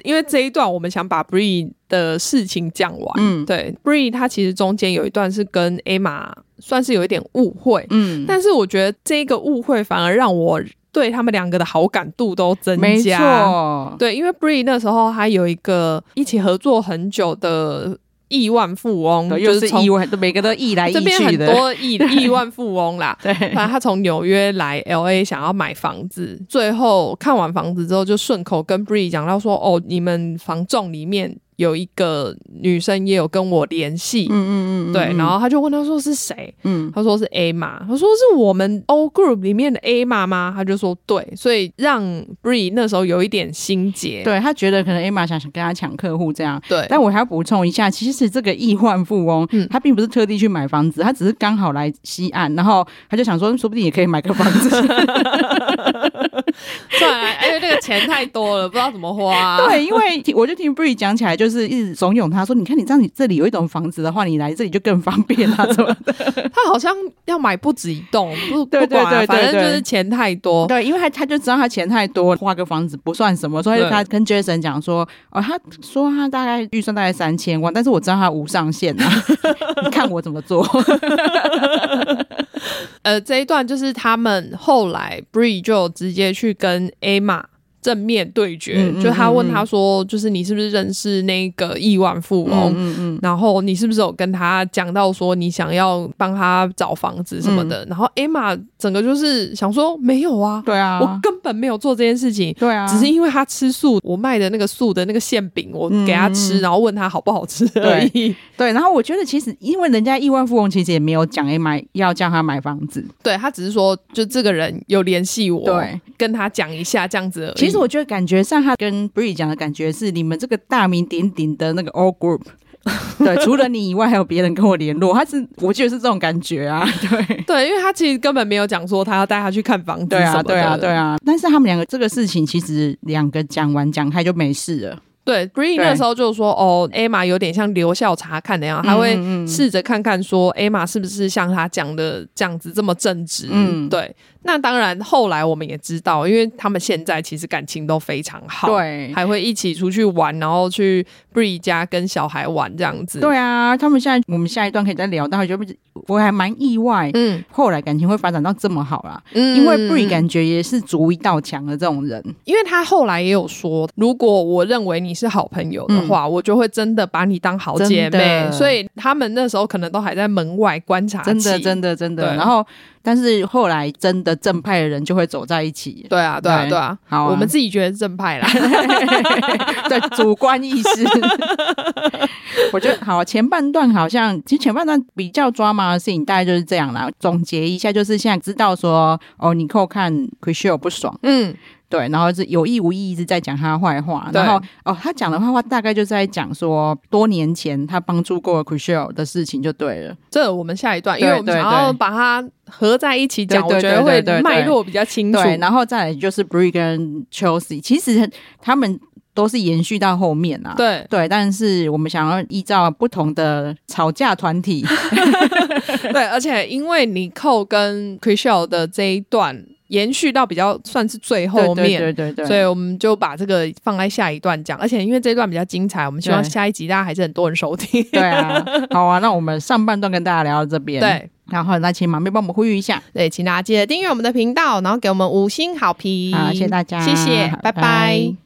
Speaker 1: 因为这一段我们想把 Bree 的事情讲完。
Speaker 2: 嗯
Speaker 1: 对，Bree 她其实中间有一段是跟 Emma 算是有一点误会，
Speaker 2: 嗯，
Speaker 1: 但是我觉得这个误会反而让我对他们两个的好感度都增
Speaker 2: 没
Speaker 1: 加。
Speaker 2: 错，
Speaker 1: 对，因为 Bree 那时候还有一个一起合作很久的亿万富翁，
Speaker 2: 又
Speaker 1: 嗯就是从
Speaker 2: 亿万，每个都亿来
Speaker 1: 这
Speaker 2: 亿
Speaker 1: 边
Speaker 2: 去
Speaker 1: 很
Speaker 2: 的，
Speaker 1: 多
Speaker 2: [LAUGHS]
Speaker 1: 亿亿万富翁啦。
Speaker 2: 对
Speaker 1: 反正他从纽约来 L A 想要买房子，最后看完房子之后，就顺口跟 Bree 讲到说：“哦，你们房仲里面有一个女生也有跟我联系。
Speaker 2: 嗯嗯嗯，
Speaker 1: 对，然后他就问他说是谁，
Speaker 2: 嗯
Speaker 1: 他说是 A 嘛，他说是我们 O Group 里面的 A 嘛吗？他就说对，所以让 Bree 那时候有一点心结。
Speaker 2: 对他觉得可能 Emma 想想跟他抢客户这样。
Speaker 1: 对
Speaker 2: 但我还要补充一下，其实这个亿万富翁，
Speaker 1: 嗯
Speaker 2: 他并不是特地去买房子，他只是刚好来西岸，然后他就想说，说不定也可以买个房子。 [LAUGHS]
Speaker 1: 算了，因为哎那个钱太多了，不知道怎么花、啊
Speaker 2: [LAUGHS] 对，因为听我就听 Bree 讲起来，就是一直怂恿他说，你看你这样，你这里有一栋房子的话，你来这里就更方便 [LAUGHS] 啦，怎么的？
Speaker 1: 他好像要买不止一栋，不
Speaker 2: 对
Speaker 1: 不管啊、
Speaker 2: 对对对
Speaker 1: 反正就
Speaker 2: 对
Speaker 1: 是钱太多。
Speaker 2: 对，因为他他就知道他钱太多，花个房子不算什么，所以
Speaker 1: 对
Speaker 2: 他跟 Jason 讲说，哦，他说他大概预算大概三千万，但是我知道他无上限啊， [LAUGHS] 你看我怎么做。
Speaker 1: 呃，这一段就是他们后来 Bree 就直接去跟 Emma 正面对决，
Speaker 2: 嗯嗯
Speaker 1: 就他问
Speaker 2: 嗯嗯
Speaker 1: 他说，就是你是不是认识那个亿万富翁？
Speaker 2: 嗯嗯
Speaker 1: 然后你是不是有跟他讲到说你想要帮他找房子什么的？然后 Emma 整个就是想说没有啊，
Speaker 2: 嗯对啊，
Speaker 1: 我根本没有做这件事情，
Speaker 2: 对啊，
Speaker 1: 只是因为他吃素，我卖的那个素的那个馅饼，我给他吃，然后问他好不好吃而已。
Speaker 2: 嗯
Speaker 1: [LAUGHS]
Speaker 2: 对。然后我觉得其实因为人家亿万富翁其实也没有讲哎买要叫他买房子，
Speaker 1: 对他只是说，就这个人有联系我，
Speaker 2: 对，
Speaker 1: 跟他讲一下这样子而已。
Speaker 2: 其实我觉得感觉上他跟 Bree 讲的感觉是你们这个大名鼎鼎的那个 All
Speaker 1: [LAUGHS]
Speaker 2: Group。对，除了你以外，还有别人跟我联络，他是我觉得是这种感觉啊，
Speaker 1: [LAUGHS]
Speaker 2: 对，
Speaker 1: 对，因为他其实根本没有讲说他要带他去看房子
Speaker 2: 对
Speaker 1: 什
Speaker 2: 啊，
Speaker 1: 么的，
Speaker 2: 对啊，对啊。但是他们两个这个事情，其实两个讲完讲开就没事了。
Speaker 1: 对，Bree
Speaker 2: 对
Speaker 1: 那时候就说哦，Emma 有点像留校察看的样，他会
Speaker 2: 嗯
Speaker 1: 试着看看说 Emma 是不是像他讲的这样子这么正直。嗯，
Speaker 2: 嗯
Speaker 1: 对。那当然，后来我们也知道，因为他们现在其实感情都非常好，，
Speaker 2: 对，
Speaker 1: 还会一起出去玩，然后去 Bree 家跟小孩玩这样子。，
Speaker 2: 对啊。他们现在，我们下一段可以再聊到，就我还蛮意外，
Speaker 1: 嗯
Speaker 2: 后来感情会发展到这么好啦。
Speaker 1: 嗯
Speaker 2: 因为 Bree
Speaker 1: 嗯
Speaker 2: 感觉也是足一道墙的这种人，
Speaker 1: 因为他后来也有说，如果我认为你是好朋友的话，我就会真的把你当好姐
Speaker 2: 嗯真
Speaker 1: 妹。
Speaker 2: 的
Speaker 1: 所以他们那时候可能都还在门外观察
Speaker 2: 真的，
Speaker 1: 期
Speaker 2: 真的，真的。
Speaker 1: 对
Speaker 2: 然后，但是后来真的正派的人就会走在一起。
Speaker 1: 对啊，对啊，
Speaker 2: 对
Speaker 1: 对啊，
Speaker 2: 好啊
Speaker 1: 我们 [LAUGHS] 自己觉得是正派啦。
Speaker 2: [LAUGHS] 对，主观意识。 [LAUGHS] 我觉得好，前半段好像其实前半段比较抓马的事情，大概就是这样啦。总结一下，就是现在知道说，哦，你扣看 c r i s h e 不爽，
Speaker 1: 嗯，
Speaker 2: 对，然后是有意无意一直在讲他坏话，
Speaker 1: 对
Speaker 2: 然后哦，他讲的坏话大概就在讲说，多年前他帮助过 c r i s h e 的事情就对了。
Speaker 1: 这我们下一段，因
Speaker 2: 对
Speaker 1: 为我们想
Speaker 2: 对
Speaker 1: 要
Speaker 2: 对
Speaker 1: 把它合在一起讲，
Speaker 2: 对
Speaker 1: 我
Speaker 2: 对
Speaker 1: 觉得会
Speaker 2: 对对对
Speaker 1: 脉络比较清楚。
Speaker 2: 对，然后再来就是 Bree 跟 Chelsea，其实他们都是延续到后面啊。
Speaker 1: 对，
Speaker 2: 对，但是我们想要依照不同的吵架团
Speaker 1: [LAUGHS]
Speaker 2: 体，
Speaker 1: 对，而且因为尼寇跟 c r i s h e l 的这一段延续到比较算是最后面。
Speaker 2: 对对对
Speaker 1: 所
Speaker 2: 对
Speaker 1: 以我们就把这个放在下一段讲，而且因为这一段比较精彩，我们希望
Speaker 2: 对
Speaker 1: 下一集大家还是很多人收听。 [LAUGHS]
Speaker 2: 对啊，好啊，那我们上半段跟大家聊到这边，，
Speaker 1: 对
Speaker 2: 然后那请马妹帮我们呼吁一下，
Speaker 1: 对，请大家记得订阅我们的频道，然后给我们五星好评。
Speaker 2: 啊好，谢谢大家，
Speaker 1: 谢谢，拜拜